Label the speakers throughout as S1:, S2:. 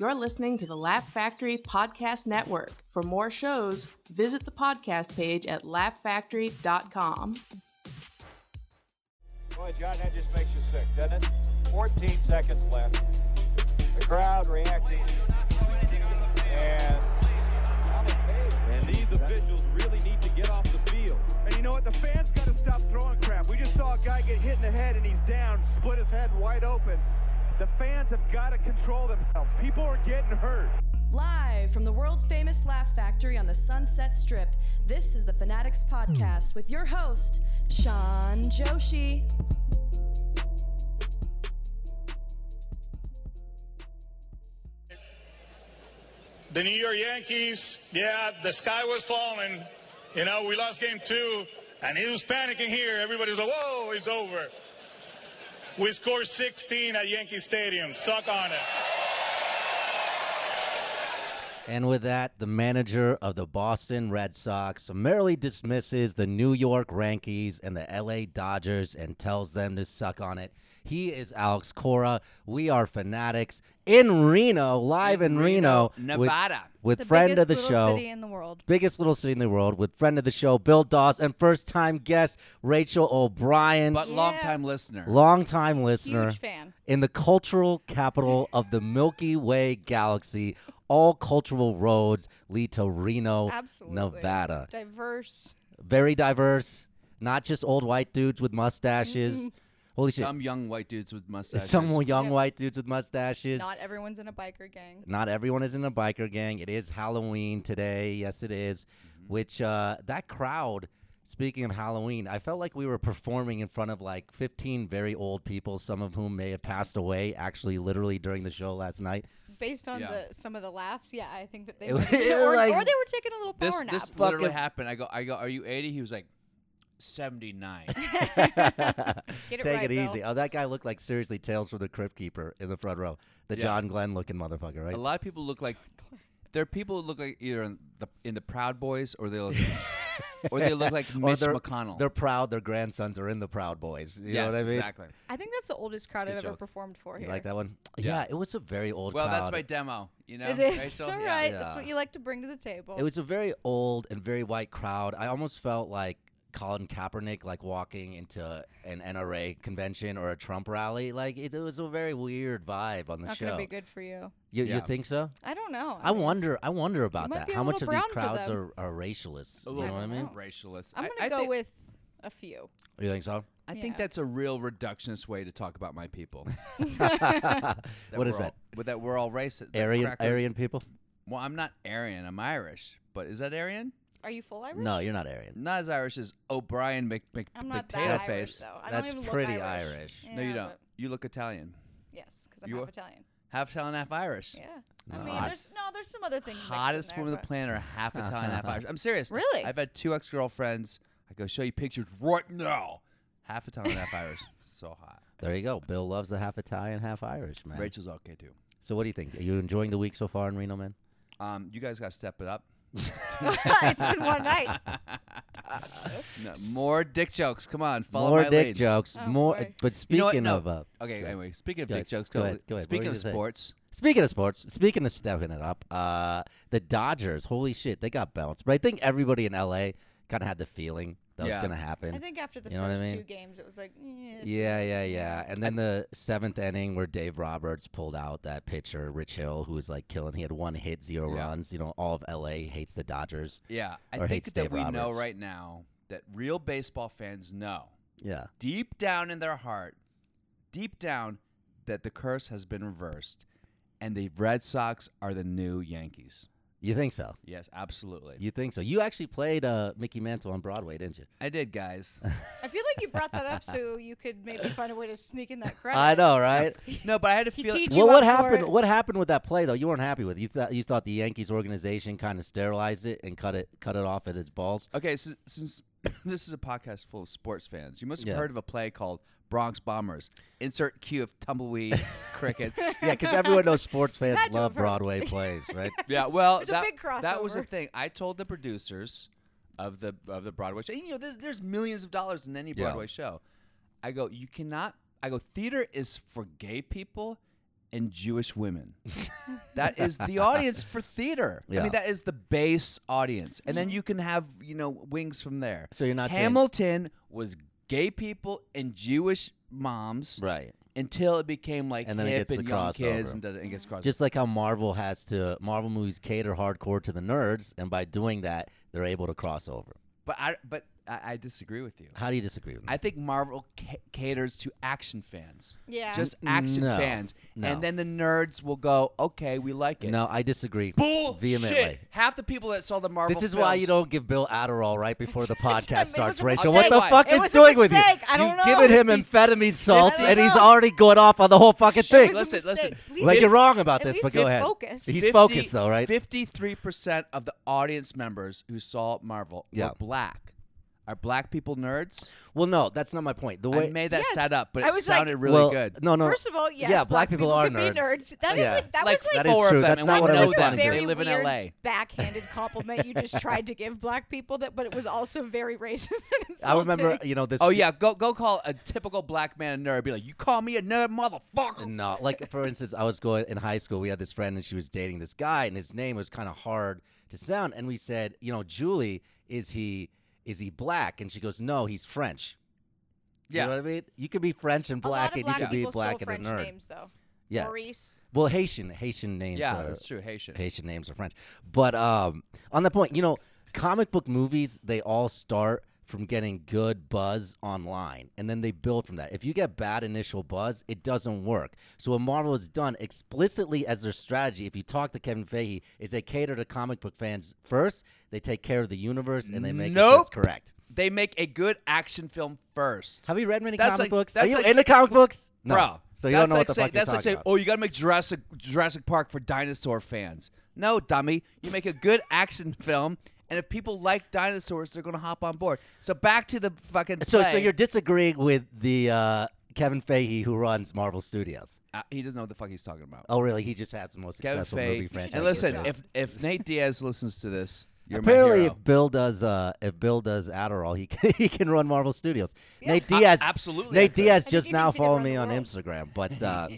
S1: you're listening to the Laugh Factory Podcast Network. For more shows, visit the podcast page at laughfactory.com.
S2: Boy, John, that just makes you sick, doesn't it? 14 seconds left. The crowd reacting. And,
S3: And these officials really need to get off the field.
S4: And you know what? The fans got to stop throwing crap. We just saw a guy get hit in the head and he's down, split his head wide open. The fans have got to control themselves. People are getting hurt.
S5: Live from the world famous Laugh Factory on the Sunset Strip, this is the Fanatics Podcast with your host, Sean Joshi.
S6: the New York Yankees, yeah, the sky was falling. You know, we lost game two, and he was panicking here. Everybody was like, whoa, it's over. We scored 16 at Yankee Stadium. Suck on it.
S7: And with that, the manager of the Boston Red Sox summarily dismisses the New York Yankees and the LA Dodgers and tells them to suck on it. He is Alex Cora. We are fanatics in Reno, live in, Reno, with-
S8: Nevada.
S7: with,
S9: the
S7: friend
S9: biggest
S7: of the
S9: little
S7: show.
S9: city in the world.
S7: Biggest little city in the world with friend of the show Bill Doss and first time guest Rachel O'Brien,
S8: But long time listener.
S7: long time listener,
S9: Huge fan.
S7: in the cultural capital of the Milky Way galaxy. All cultural roads lead to Reno,
S9: Absolutely.
S7: Nevada.
S9: Diverse.
S7: Very diverse, not just old white dudes with mustaches. Holy shit!
S8: Some young white dudes with mustaches.
S7: Some young
S9: Mm-hmm. Yeah.
S7: white dudes with mustaches.
S9: Not everyone's in a biker gang.
S7: not everyone is in a biker gang. It is Halloween today. Yes, it is.
S8: Mm-hmm.
S7: Which uh, that crowd. Speaking of Halloween, I felt like we were performing in front of like 15 very old people, some of whom may have passed away actually, literally during the show last night.
S9: Based on
S8: Yeah.
S9: the some of the laughs, yeah, I think that they
S7: It
S9: were,
S7: was- it was
S9: or,
S7: like-
S9: or they were taking a little power
S8: This
S9: nap.
S8: this literally
S7: Fucking-
S8: happened. I go I go. Are you 80? He was like 79.
S9: Get it
S7: Take
S9: right,
S7: it
S9: Bill.
S7: easy. Oh, that guy looked like seriously Tales from the Crypt Keeper in the front row, the
S8: Yeah.
S7: John Glenn looking motherfucker, right?
S8: A lot of people look like. There are people who look like either in the, in the Proud Boys or they look, or they look like Mitch
S7: Oh, they're,
S8: McConnell.
S7: They're proud. Their grandsons are in the Proud Boys. You know
S8: yes,
S7: what I mean?
S8: exactly.
S9: I think that's the oldest crowd I've
S8: good
S9: ever
S8: joke.
S9: performed for
S7: You
S9: here.
S7: like that one? Yeah.
S8: Yeah.
S7: it was a very old.
S8: Well, that's
S7: crowd.
S8: my demo. You know,
S9: It is
S8: Rachel?
S9: all
S8: Yeah.
S9: right. That's
S7: Yeah.
S9: what you like to bring to the table.
S7: It was a very old and very white crowd. I almost felt like Colin Kaepernick, like walking into an NRA convention or a Trump rally. Like it, it was a very weird vibe on the
S9: not
S7: show.
S9: gonna be good for you.
S7: You, you
S8: Yeah.
S7: think so?
S9: I don't know.
S7: I wonder. I wonder about
S9: might
S7: that.
S9: be a
S7: How much of
S9: little
S7: these
S9: brown for
S7: crowds
S9: them.
S7: are, are racialist? You
S8: A
S7: know
S8: little
S7: what I mean?
S8: Racialist.
S9: I'm gonna
S8: I, I
S9: go
S8: think,
S9: with a few.
S7: You think so?
S8: I think
S9: yeah.
S8: that's a real reductionist way to talk about my people. That
S7: what is
S8: we're
S7: that?
S8: all- But that we're all racist. that
S7: Aryan,
S8: crackers-
S7: Aryan people?
S8: Well, I'm not Aryan. I'm Irish. But is that Aryan?
S9: Are you full Irish?
S7: No, you're not Aryan.
S8: Not as Irish as O'Brien Mc, Mc,
S9: I'm not
S8: Potato
S9: that Irish
S8: Face.
S9: though. I
S7: That's
S9: don't even
S7: pretty
S9: look Irish.
S7: Irish.
S8: no,
S9: Yeah,
S8: you don't.
S9: but-
S8: You look Italian.
S9: Yes, because I'm
S8: You
S9: half
S8: are-
S9: Italian.
S8: Half Italian, half Irish.
S9: Yeah.
S7: No,
S9: I mean,
S7: I-
S9: there's no, there's some other things. mixed in
S8: Hottest
S9: there,
S8: women on the
S9: but-
S8: planet are half Italian, half Irish. I'm serious.
S9: Really?
S8: I've had two ex girlfriends. I go show you pictures right now. Half Italian, half Irish. So hot.
S7: There you go. Bill loves the half Italian, half Irish man.
S8: Rachel's okay too.
S7: So what do you think? Are you enjoying the week so far in Reno, man?
S8: Um, you guys got to step it up.
S9: it's been one night.
S8: No, more dick jokes. Come on, follow
S7: more
S8: my
S7: dick
S8: lead.
S7: jokes.
S9: Oh,
S7: more.
S9: boy.
S7: But
S8: You
S7: speaking
S8: know what?
S7: of
S8: No.
S7: uh,
S8: okay,
S7: go ahead.
S8: anyway, speaking of
S7: Go
S8: dick
S7: ahead,
S8: jokes,
S7: go ahead, go ahead. What were
S8: speaking
S7: you
S8: of
S7: gonna say?
S8: sports,
S7: Speaking of sports, speaking of stepping it up, uh, the Dodgers, holy shit, they got bounced. But I think everybody in LA kind of had the feeling that was
S8: Yeah.
S7: going to happen.
S9: I think after the
S7: You know what I
S9: first
S7: mean?
S9: two games, it was like, eh, it's-
S7: yeah, yeah, yeah. And then the seventh inning where Dave Roberts pulled out that pitcher, Rich Hill, who was like killing. He had one hit, zero
S8: Yeah.
S7: runs. You know, all of LA hates the Dodgers.
S8: yeah, I
S7: Or
S8: think
S7: hates
S8: that
S7: Dave
S8: we know
S7: Roberts.
S8: right now that real baseball fans know
S7: Yeah.
S8: deep down in their heart, deep down, that the curse has been reversed, and the Red Sox are the new Yankees.
S7: You think so?
S8: Yes, absolutely.
S7: You think so? You actually played uh, Mickey Mantle on Broadway, didn't you?
S8: I did, guys.
S9: I feel like you brought that up so you could maybe find a way to sneak in that credit.
S7: I know, right?
S8: no, but I had to
S9: He
S8: feel.
S9: teed you
S7: Well, what
S9: up for
S7: happened?
S9: it.
S7: What happened with that play though? You weren't happy with it. you thought you thought the Yankees organization kind of sterilized it and cut it cut it off at its balls.
S8: Okay, so, since this is a podcast full of sports fans, you must have
S7: Yeah.
S8: heard of a play called Bronx Bombers. Insert cue of tumbleweed, crickets.
S7: Yeah, because everyone knows sports fans
S9: Had to have
S7: love
S9: heard.
S7: Broadway plays, right?
S8: Yeah, well,
S9: it's a
S8: that,
S9: big
S8: that was the
S9: crossover.
S8: thing. I told the producers of the of the Broadway show. and, You know, there's, there's millions of dollars in any
S7: Yeah.
S8: Broadway show. I go, you cannot. I go, theater is for gay people and Jewish women. that is the audience for theater. I
S7: Yeah.
S8: mean, that is the base audience, and then you can have you know wings from there.
S7: So you're not saying-
S8: Hamilton was gay people and Jewish moms,
S7: Right.
S8: Until it became like
S7: And then it
S8: hip
S7: gets
S8: and
S7: the
S8: young kids
S7: crossover.
S8: and, da- da- and gets crossover.
S7: Just like how Marvel has to, Marvel movies cater hardcore to the nerds, and by doing that, they're able to cross over.
S8: but I but I, I disagree with you.
S7: How do you disagree with me?
S8: I think Marvel ca- caters to action fans.
S9: Yeah.
S8: Just action
S7: No.
S8: fans.
S7: No.
S8: And then the nerds will go, okay, we like it.
S7: no, I disagree
S8: Bullshit.
S7: vehemently.
S8: Half the people that saw the Marvel
S7: This is why you
S8: films-
S7: don't give Bill Adderall right before the
S9: It
S7: podcast
S9: was
S7: starts,
S9: a
S7: Rachel.
S8: mistake.
S7: What the fuck
S9: It
S7: is
S9: was a
S7: doing with you?
S9: mistake. I
S7: You've
S9: don't know.
S7: given him
S9: It's
S7: amphetamine salts,
S9: don't
S7: and he's
S9: know.
S7: already going off on the whole fucking thing.
S9: was a
S8: Listen, listen.
S9: misten.
S7: Like you're wrong about
S9: At
S7: this,
S9: least
S7: but go
S9: he's
S7: ahead.
S9: focused.
S7: He's
S8: 50
S7: focused though, right?
S8: 53% of the audience members who saw Marvel
S7: Yeah.
S8: were black. Are black people nerds?
S7: Well, no, that's not my point. The way
S8: I made that
S9: Yes.
S8: set up, but
S9: I
S8: it
S9: was like-
S8: sounded really
S7: well,
S8: good.
S7: No, no.
S9: First of all, yes.
S7: yeah, black, people, are
S9: can
S7: nerds.
S9: Be nerds. That is
S7: Yeah.
S9: like that was
S7: that
S9: like
S7: is
S8: four
S7: true.
S8: of them,
S7: That's
S8: and
S7: not
S8: one
S7: what
S8: of
S7: I
S8: them
S7: was
S9: That was
S8: knows
S9: a
S8: that.
S7: responding
S9: very
S8: They
S7: to.
S8: live in
S9: weird
S8: LA.
S9: Backhanded compliment you just tried to give black people that, but it was also very racist. And
S7: I remember,
S9: insulting.
S7: you know, this.
S8: Oh yeah, go go call a typical black man a nerd. Be like, you call me a nerd, motherfucker.
S7: No, like for instance, I was going in high school. We had this friend, and she was dating this guy, and his name was kind of hard to sound. And we said, you know, Julie, is he is he black? And she goes, no, he's French.
S8: Yeah.
S7: You know what I mean? You could be French and
S9: A lot
S7: black,
S9: of
S7: and you
S9: black
S7: could be
S9: people
S7: black
S9: stole
S7: and
S9: French
S7: a nerd.
S9: names though.
S7: Yeah.
S9: Maurice.
S7: Well, Haitian, Haitian names.
S8: Yeah,
S7: are,
S8: that's true. Haitian.
S7: Haitian names are French. But um, on that point, you know, comic book movies, they all start from getting good buzz online and then they build from that. If you get bad initial buzz, it doesn't work. So what Marvel has done explicitly as their strategy, if you talk to Kevin Feige, is they cater to comic book fans first, they take care of the universe and they make it so it's
S8: Nope.
S7: correct.
S8: They make a good action film first.
S7: Have you read many
S8: That's
S7: comic
S8: like-
S7: books? Are
S8: that's
S7: you
S8: like-
S7: into comic books? No.
S8: Bro,
S7: So you
S8: that's
S7: don't know
S8: like
S7: what the
S8: say-
S7: fuck you're
S8: That's like
S7: talking
S8: saying,
S7: about.
S8: "Oh, you gotta make Jurassic Jurassic Park for dinosaur fans." No, dummy, you make a good action film, and if people like dinosaurs, they're gonna hop on board. So back to the fucking.
S7: So, so
S8: play.
S7: you're disagreeing with the uh, Kevin Feige who runs Marvel Studios?
S8: Uh, he doesn't know what the fuck he's talking about.
S7: Oh, really? He just has the most
S8: Kevin
S7: successful movie
S8: Feige.
S7: franchise.
S8: And listen,
S7: ever.
S8: if if Nate Diaz listens to this, you're my
S7: apparently
S8: hero.
S7: if Bill does uh, if Bill does Adderall, he can, he can run Marvel Studios. Nate Diaz,
S8: absolutely I
S7: Nate
S8: could.
S7: Diaz
S9: think
S7: just
S9: he
S7: now
S9: thinks he can
S7: followed
S9: run
S7: me
S9: the
S7: on
S9: world.
S7: Instagram, but uh,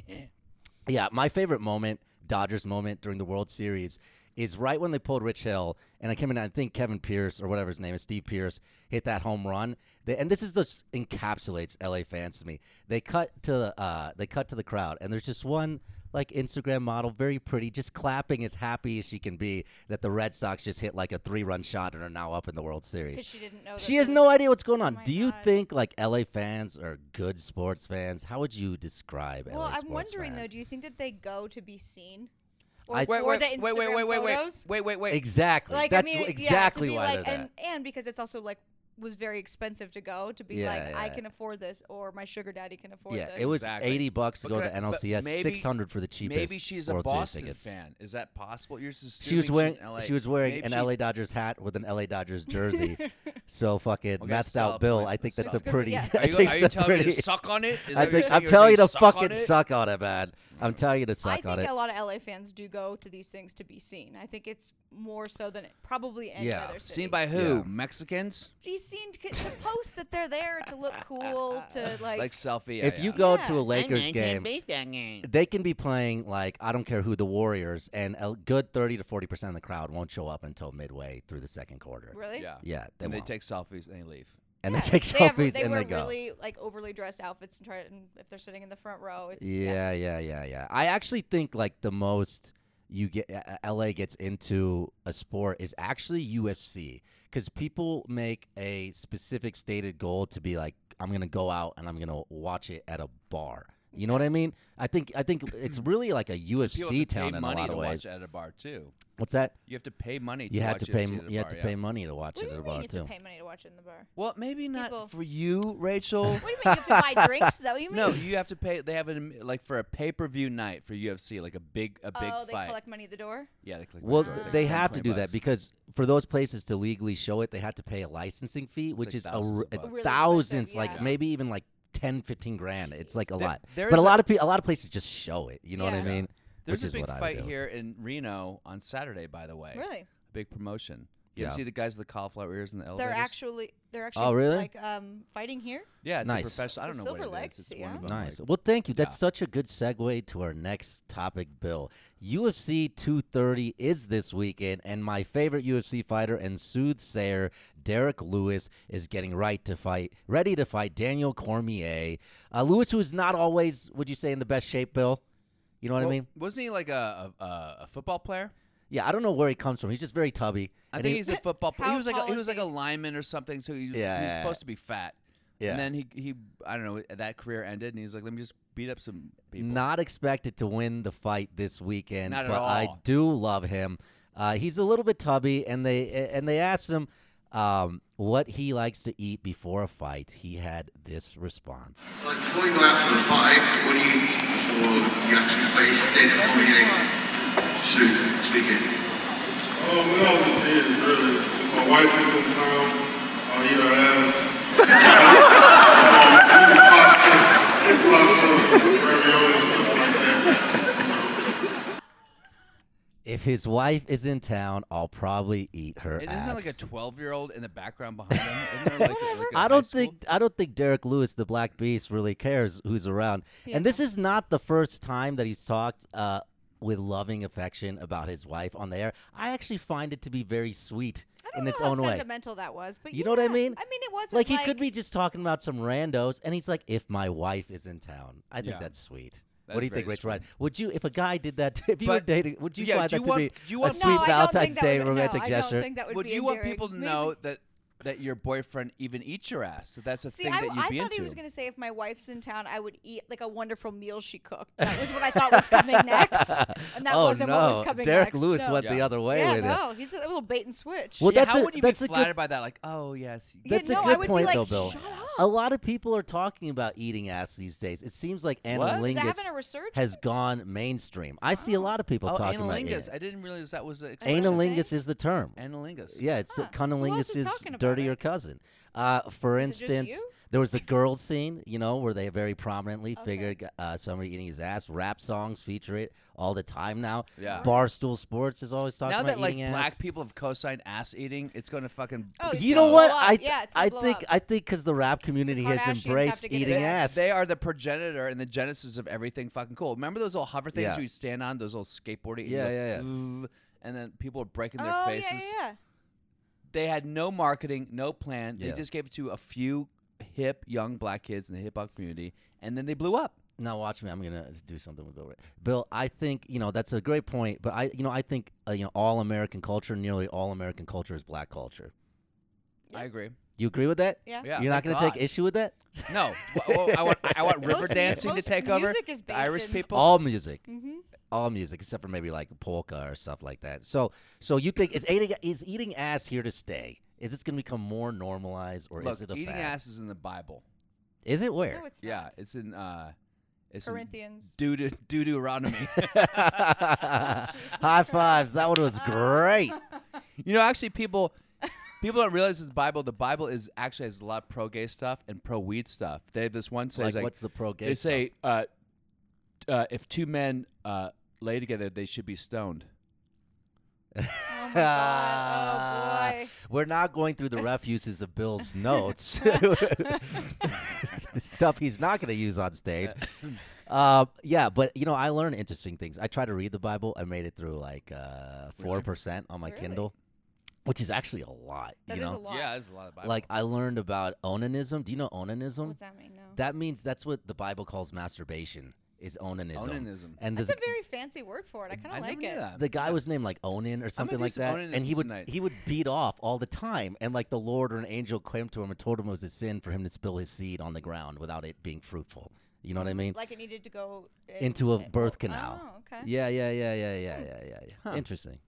S7: yeah, my favorite moment, Dodgers moment during the World Series, is right when they pulled Rich Hill, and I came in. I think Kevin Pierce or whatever his name is, Steve Pierce, hit that home run. They, and this is the s- encapsulates LA fans to me. They cut to uh, they cut to the crowd, and there's just one like Instagram model, very pretty, just clapping as happy as she can be that the Red Sox just hit like a three run shot and are now up in the World Series.
S9: 'Cause she didn't know.
S7: She
S9: that
S7: has
S9: the-
S7: no idea what's going on.
S9: Oh my
S7: Do you
S9: God.
S7: think like LA fans are good sports fans? How would you describe
S9: Well,
S7: LA
S9: I'm
S7: sports
S9: wondering
S7: fans?
S9: though. Do you think that they go to be seen? Or
S7: I-
S9: for
S7: Wait,
S9: the
S8: wait, wait, wait,
S9: Instagram
S8: wait, wait, wait,
S9: photos?
S8: wait, wait, wait.
S7: Exactly.
S9: Like
S7: That's
S9: I mean, yeah, to
S7: exactly
S9: be
S7: why
S9: like,
S7: they're
S9: and,
S7: there.
S9: and because it's also like was very expensive to go to be
S7: Yeah,
S9: like I
S7: yeah.
S9: can afford this or my sugar daddy can afford
S7: Yeah,
S9: this.
S7: it was
S8: Exactly.
S7: eighty bucks to
S8: But
S7: go
S8: could
S7: to
S8: I- but
S7: NLCS,
S8: maybe-
S7: six hundred for the cheapest.
S8: Maybe she's a
S7: World Series
S8: Boston
S7: tickets.
S8: fan. Is that possible? You're just
S7: She was
S8: assuming
S7: wearing
S8: she's in LA.
S7: she was wearing
S8: Maybe
S7: an
S8: she-
S7: LA Dodgers hat with an LA Dodgers jersey. so fucking
S8: Okay,
S7: mathed
S8: sup,
S7: out Bill.
S8: like,
S7: I think that's
S8: sup.
S7: a pretty.
S9: Yeah.
S7: I
S8: Are you,
S7: think
S8: are you
S7: that's a
S8: telling me
S7: pretty.
S8: to suck on it?
S7: I
S8: Is that what you're
S7: think
S8: saying?
S7: I'm
S8: You're
S7: telling you
S8: saying
S7: to
S8: suck on
S7: fucking
S8: it?
S7: suck on it, man. I'm telling you to
S9: I
S7: suck
S9: think
S7: on it.
S9: a lot of LA fans do go to these things to be seen. I think it's more so than probably any
S7: Yeah.
S9: other city.
S8: Seen by who?
S7: Yeah.
S8: Mexicans?
S9: be seen to, to post that they're there to look cool to like.
S8: Like selfie.
S7: if you go to a Lakers game, they can be playing like I don't care who the Warriors, and a good thirty to forty percent of the crowd won't show up until midway through the second quarter.
S9: Really?
S8: yeah,
S7: Yeah, they
S8: and they
S7: won't.
S8: take selfies and they leave.
S7: And they take
S9: They, have,
S7: selfies
S9: they
S7: and
S9: wear
S7: they go.
S9: really like overly dressed outfits and try to, and if they're sitting in the front row. It's,
S7: Yeah, yeah, yeah, yeah. I actually think like the most you get uh, uh, LA gets into a sport is actually UFC cuz people make a specific stated goal to be like I'm going to go out and I'm going to watch it at a bar. You know what I mean? I think I think it's really like a
S8: People
S7: UFC
S8: have to pay
S7: town in a
S8: money
S7: lot
S8: to
S7: of
S8: watch
S7: ways.
S8: at a bar too.
S7: What's that?
S8: You have to pay money. To
S7: You had
S8: watch
S7: to pay
S8: UFC
S7: m-
S8: at a
S7: you had
S8: bar,
S7: to
S8: yeah.
S7: pay money to watch
S9: What do
S7: it
S9: you
S7: at a
S9: mean you
S7: bar
S9: have to
S7: too.
S9: pay money to watch it in the bar?
S8: Well, maybe not
S9: People-
S8: for you, Rachel.
S9: What do you mean you have to buy drinks? Is that what you mean?
S8: no, you have to pay. They have an like for a pay per view night for UFC, like a big a big
S9: oh, they
S8: fight.
S9: collect money at the door.
S8: yeah, they collect.
S7: Well,
S8: money. It's like
S7: they
S8: 10,
S7: have to
S8: 20
S7: do that
S8: bucks.
S7: because for those places to legally show it, they had to pay a licensing fee, which
S8: like
S7: is a,
S8: thousands
S7: r-
S8: of bucks.
S9: Really
S7: thousands,
S9: expensive,
S7: like
S9: yeah.
S7: maybe even like 10, 15 grand. It's like a
S8: There-
S7: lot.
S8: there
S7: but
S8: is
S7: a
S8: a-
S7: lot of pe- a lot of places just show it. You know what I
S9: Yeah.
S7: mean?
S8: There's
S7: which
S8: a
S7: is
S8: big
S7: what I would
S8: fight
S7: do.
S8: here in Reno on Saturday, by the way.
S9: Really?
S8: A big promotion. You ever
S7: Yeah.
S8: see the guys with the cauliflower ears in the elevators?
S9: They're actually they're actually
S7: Oh, really?
S9: like um fighting here.
S8: yeah, it's
S7: Nice.
S8: a professional. I don't
S9: The
S8: know what
S9: silver
S8: it
S9: legs,
S8: is. It's
S9: yeah.
S8: one of them.
S7: Nice.
S8: like-
S7: Well, thank you. That's such a good segue to our next topic, Bill. UFC 230 is this weekend, and my favorite UFC fighter and soothsayer, Derek Lewis, is getting right to fight, ready to fight Daniel Cormier. Uh, Lewis, who is not always, would you say, in the best shape, Bill? You know what
S8: Well,
S7: I mean?
S8: wasn't he like a a, a- a football player?
S7: Yeah, I don't know where he comes from. He's just very tubby.
S8: I
S7: And
S8: think
S7: he-
S8: he's a football. player. He
S9: How
S8: was like a, he
S9: tall
S8: was
S9: is
S8: like a
S9: he?
S8: lineman or something. So he was, he was
S7: Yeah.
S8: supposed to be fat.
S7: Yeah.
S8: And then he he I don't know that career ended and he was like let me just beat up some people.
S7: Not expected to win the fight this weekend,
S8: Not at
S7: but I
S8: all.
S7: do love him. Uh, he's a little bit tubby, and they and they asked him um, what he likes to eat before a fight. He had this response.
S10: Like before you go out for the fight, what do you eat before you actually face Dana Cormier? Shoot, speaking. Um, it all depends, really. If my wife is in town, I'll eat her ass. um, pasta, pasta, ravioli, stuff like that.
S7: If his wife is in town, I'll probably eat her
S8: It
S7: ass.
S8: isn't like a twelve year old in the background behind him. Isn't there like, a- like a
S7: I
S8: high
S7: don't
S8: school?
S7: think I don't think Derek Lewis, the Black Beast, really cares who's around. And this is not the first time that he's talked uh, with loving affection about his wife on the air. I actually find it to be very sweet
S9: I don't
S7: in
S9: know
S7: its
S9: how
S7: own way.
S9: sentimental that was, but
S7: You know what I
S9: yeah,
S7: mean?
S9: I mean it wasn't
S7: Like he could be just talking about some randos, and he's like, "If my wife is in town, I think
S8: Yeah.
S7: that's sweet."
S8: That's
S7: what do you think,
S8: very
S7: Rich
S8: sweet.
S7: Ryan? Would you, if a guy did that, if you were
S8: But-
S7: dating, would you
S8: yeah,
S7: find
S8: do
S7: that
S8: you
S7: to
S8: want-
S7: be
S8: do you
S7: a
S8: want-
S9: no,
S7: sweet
S9: I don't think
S7: Valentine's
S9: that
S7: Day
S9: would- no,
S7: romantic
S9: I don't
S7: gesture?
S9: think that would
S8: Would
S9: be
S8: you want
S9: endearing.
S8: people to
S9: Maybe-
S8: know that that your boyfriend even eats your ass? So that's a
S9: See,
S8: thing
S9: I,
S8: that you'd
S9: I
S8: be
S9: thought
S8: into.
S9: he was going to say if my wife's in town, I would eat like a wonderful meal she cooked. That was what I thought was coming next, and that
S7: oh
S9: wasn't
S7: no,
S9: what was coming
S7: Derek
S9: next.
S7: Lewis
S9: no.
S7: went the
S8: Yeah.
S7: other way
S9: yeah,
S7: with it.
S9: no, he's a little bait and switch.
S7: Well,
S8: yeah,
S7: that's
S8: how
S7: a-
S8: would you
S7: that's
S8: be
S7: a good-
S8: flattered by that? Like, oh yes,
S9: Yeah,
S7: That's
S9: no,
S7: a
S9: I
S7: good
S9: would be
S7: point,
S9: like,
S7: though, Bill.
S9: "Shut
S7: A lot of people are talking about eating ass these days. It seems like
S8: Is
S9: that
S7: analingus
S9: having a resurgence?
S7: has gone mainstream. I see a lot of people
S8: oh,
S7: talking about
S8: analingus.
S7: it.
S8: I didn't realize that was an expression.
S7: Analingus is the term.
S8: Analingus.
S7: Yeah, it's
S9: Huh. Who else is
S7: cunnilingus'
S9: talking about
S7: dirtier
S9: it?
S7: cousin. Uh, for
S9: Is it just
S7: instance,
S9: you?
S7: there was the girl scene, you know, where they very prominently figured uh, somebody eating his ass. Rap songs feature it all the time now.
S8: Yeah.
S7: Barstool Sports is always talking
S8: Now
S7: about
S8: that like
S7: eating ass.
S8: black people have co-signed ass eating, it's going to fucking.
S9: Oh, it's
S7: you
S9: gonna
S7: know what?
S9: blow up.
S7: I th-
S9: Yeah, it's gonna
S7: I
S9: blow
S7: think
S9: up.
S7: I think because the rap community has
S9: Kardashians have
S7: embraced
S9: to get
S7: eating
S9: it.
S7: ass.
S8: They are the progenitor and the genesis of everything fucking cool. Remember those little hover things
S7: Yeah.
S8: you would stand on, those little skateboarding?
S7: Yeah,
S8: and,
S7: yeah, yeah.
S8: yeah. And then people were breaking their
S9: oh,
S8: faces.
S9: yeah, yeah, yeah.
S8: They had no marketing, no plan.
S7: Yeah.
S8: They just gave it to a few hip young black kids in the hip hop community, and then they blew up.
S7: now watch me. I'm gonna do something with Bill. Ray. Bill, I think you know that's a great point, but I, you know, I think uh, you know all American culture, nearly all American culture is black culture.
S8: I agree.
S7: You agree with that?
S9: Yeah.
S8: Yeah,
S7: You're not
S8: thank
S7: gonna take
S8: God.
S7: issue with that?
S8: No, Well, I want I want river
S9: Most mu-
S8: dancing
S9: most
S8: to take over.
S9: music is
S8: the
S9: based
S8: Irish
S9: in-
S8: people.
S7: All music,
S9: Mm-hmm.
S7: all music, except for maybe like polka or stuff like that. So, so you think is eating is eating ass here to stay? Is this gonna become more normalized, or
S8: Look,
S7: is it a
S8: eating
S7: fad?
S8: ass is in the Bible.
S7: Is it where?
S9: No, it's not.
S8: Yeah, it's in uh, it's
S9: Corinthians.
S8: In Deut- Deuteronomy.
S7: High fives. That one was great.
S9: Oh
S8: You know, actually, people people don't realize this Bible. The Bible is actually has a lot of pro gay stuff and pro weed stuff. They have this one says
S7: Like,
S8: like,
S7: what's the pro-gay
S8: They say uh, uh, if two men uh, lay together, they should be stoned.
S9: Oh, my
S7: Uh,
S9: God. Oh, boy.
S7: We're not going through the
S9: Eh.
S7: refuses of Bill's notes, stuff he's not going to use on stage. Uh, yeah, but you know, I learned interesting things. I try to read the Bible. I made it through like uh, four percent on my
S9: Really?
S7: Kindle, which is actually a lot.
S9: That
S7: you
S9: is
S7: know,
S9: a lot.
S8: there's a lot of Bible.
S7: like I learned about onanism. Do you know onanism?
S9: What's that mean? No.
S7: That means that's what the Bible calls masturbation. Is onanism.
S8: Onanism.
S7: And
S9: That's
S7: the,
S9: a very fancy word for it. I
S8: I
S9: kind of
S8: never
S9: like
S8: knew
S9: it.
S8: that.
S7: the guy was named like Onan or something
S8: do
S7: like
S8: some
S7: that,
S8: Onanism
S7: and he would
S8: tonight.
S7: he would beat off all the time, and like the Lord or an angel came to him and told him it was a sin for him to spill his seed on the ground without it being fruitful. You know what I mean?
S9: Like it needed to go in-
S7: Into a
S9: it-
S7: birth canal.
S9: Oh, okay.
S7: Yeah, yeah, yeah, yeah, yeah, yeah, yeah. yeah. Interesting.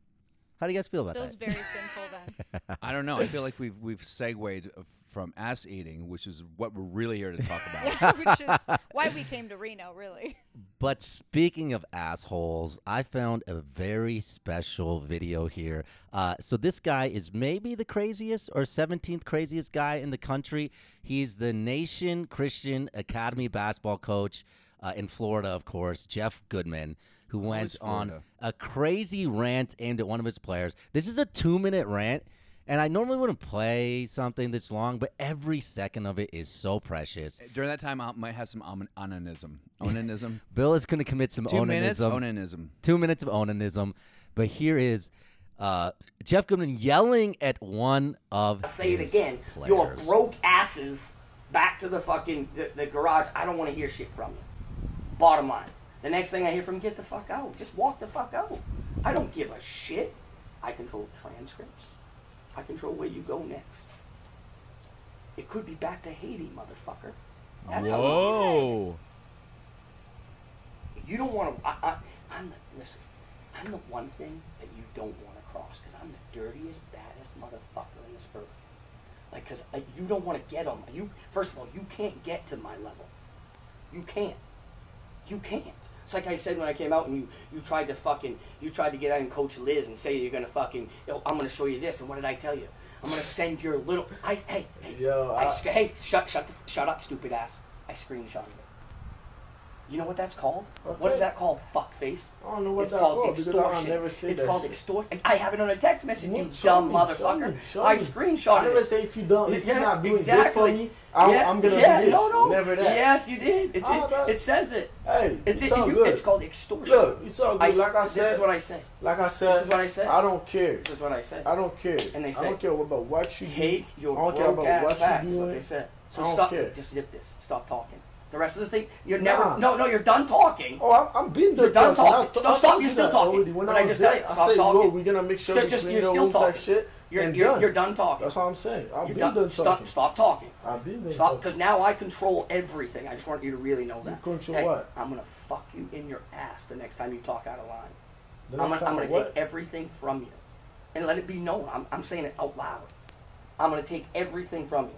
S7: How do you guys feel about
S9: Bill's
S7: that?
S9: very sinful then.
S8: I don't know. I feel like we've we've segued from ass eating, which is what we're really here to talk about.
S9: which is why we came to Reno, really.
S7: But speaking of assholes, I found a very special video here. Uh, so this guy is maybe the craziest or 17th craziest guy in the country. He's the Nation Christian Academy basketball coach uh, in Florida, of course, Jeff Goodman, who went on
S8: Florida.
S7: a crazy rant aimed at one of his players. This is a two minute rant. And I normally wouldn't play something this long, but every second of it is so precious.
S8: During that time, I might have some omin- onanism. Onanism.
S7: Bill is going to commit some
S8: Two minutes. Oh,
S7: onanism.
S8: Onanism.
S7: two minutes of onanism. But here is uh, Jeff Goodman yelling at one of
S11: say it
S7: his
S11: again.
S7: players.
S11: Your broke asses back to the fucking the, the garage. I don't want to hear shit from you. Bottom line. The next thing I hear from get the fuck out. Just walk the fuck out. I don't give a shit. I control transcripts. I control where you go next. It could be back to Haiti, motherfucker. That's how it feels.
S8: Whoa.
S11: You don't want to. I, I, I'm the listen. I'm the one thing that you don't want to cross because I'm the dirtiest, baddest motherfucker in this earth. Like, because you don't want to get on. my- You first of all, you can't get to my level. You can't. You can't. It's like I said when I came out and you, you tried to fucking you tried to get out and coach Liz and say you're gonna fucking yo, I'm gonna show you this and what did I tell you? I'm gonna send your little I hey hey
S12: Yo,
S11: I,
S12: I-
S11: sc- hey shut shut the, shut up stupid ass I screenshotted it. You know what that's called? What is
S12: Okay.
S11: that called? Fuckface.
S12: I don't know what
S11: it's
S12: that's
S11: called.
S12: called, because I
S11: extortion.
S12: never say
S11: it's
S12: that
S11: called
S12: shit.
S11: extortion. I have it on a text message. you
S12: Show
S11: dumb
S12: me,
S11: motherfucker.
S12: show me, show
S11: I
S12: me.
S11: screenshotted
S12: I never
S11: it.
S12: say if you don't, if
S11: Yeah,
S12: you're not doing this for
S11: exactly.
S12: me, I'm,
S11: Yeah,
S12: I'm gonna
S11: yeah,
S12: do this.
S11: no, no.
S12: Never that.
S11: Yes, you did. It's,
S12: Ah,
S11: it,
S12: that-
S11: it says it.
S12: Hey, it's
S11: it's, it,
S12: all
S11: you-
S12: good.
S11: It's called extortion.
S12: Look, it's all
S11: I
S12: good.
S11: s-
S12: Like I
S11: this
S12: said,
S11: is what I say.
S12: Like I said,
S11: This is what I said.
S12: I don't care.
S11: This is what I said.
S12: I don't care.
S11: And they
S12: I
S11: say,
S12: don't care about what you
S11: Take
S12: do.
S11: your
S12: I don't care
S11: broke
S12: about
S11: ass
S12: what
S11: back.
S12: you
S11: is what
S12: doing.
S11: they said. So
S12: I don't
S11: stop.
S12: care.
S11: Just zip this. Stop talking. The rest of the thing, you're
S12: Nah.
S11: never. No, no, you're done talking.
S12: Oh, I'm, I'm being
S11: You're
S12: the
S11: done
S12: talking. I
S11: talking.
S12: th-
S11: Stop,
S12: I
S11: stop,
S12: told
S11: you're
S12: you
S11: still
S12: that
S11: talking.
S12: already. When
S11: But
S12: I
S11: I
S12: was
S11: just
S12: there,
S11: tell you,
S12: I
S11: stop
S12: said,
S11: talking.
S12: "Yo, we're gonna make sure
S11: Still-
S12: we
S11: just-
S12: clean
S11: you're
S12: the
S11: still
S12: room type
S11: talking.
S12: shit."
S11: You're-
S12: and
S11: you're-
S12: done.
S11: you're done talking.
S12: That's all I'm saying. I've
S11: You're
S12: been
S11: done-
S12: done
S11: stop.
S12: talking.
S11: Stop talking.
S12: I've been done
S11: Stop,
S12: talking.
S11: because now I control everything. I just want you to really know that.
S12: control
S11: Okay?
S12: what?
S11: I'm gonna fuck you in your ass the next time you talk out of line.
S12: The
S11: I'm
S12: next
S11: gonna, I'm
S12: time
S11: gonna
S12: what?
S11: take everything from you, and let it be known. I'm, I'm saying it out loud. I'm gonna take everything from you.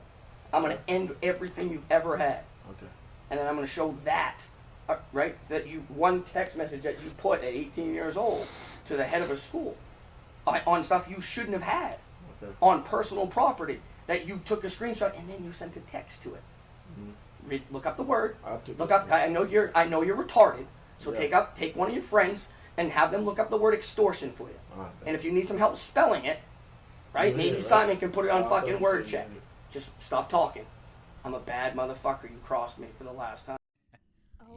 S11: I'm gonna end everything you've ever had,
S12: Okay.
S11: and then I'm gonna show that, uh, right? That you one text message that you put at 18 years old to the head of a school on, on stuff you shouldn't have had
S12: Okay.
S11: on personal property that you took a screenshot and then you sent a text to it. Read, look up the word.
S12: I took
S11: Look
S12: a
S11: up. I I know you're. I know you're retarded. So
S12: Yeah.
S11: take up. Take one of your friends and have them look up the word extortion for you.
S12: All right,
S11: and if you need some help spelling it, right?
S12: Yeah,
S11: Maybe
S12: right.
S11: Simon can put it on
S12: I thought
S11: fucking
S12: you
S11: word
S12: said
S11: check.
S12: you-
S11: Just stop talking. I'm a bad motherfucker. You crossed me for the last time.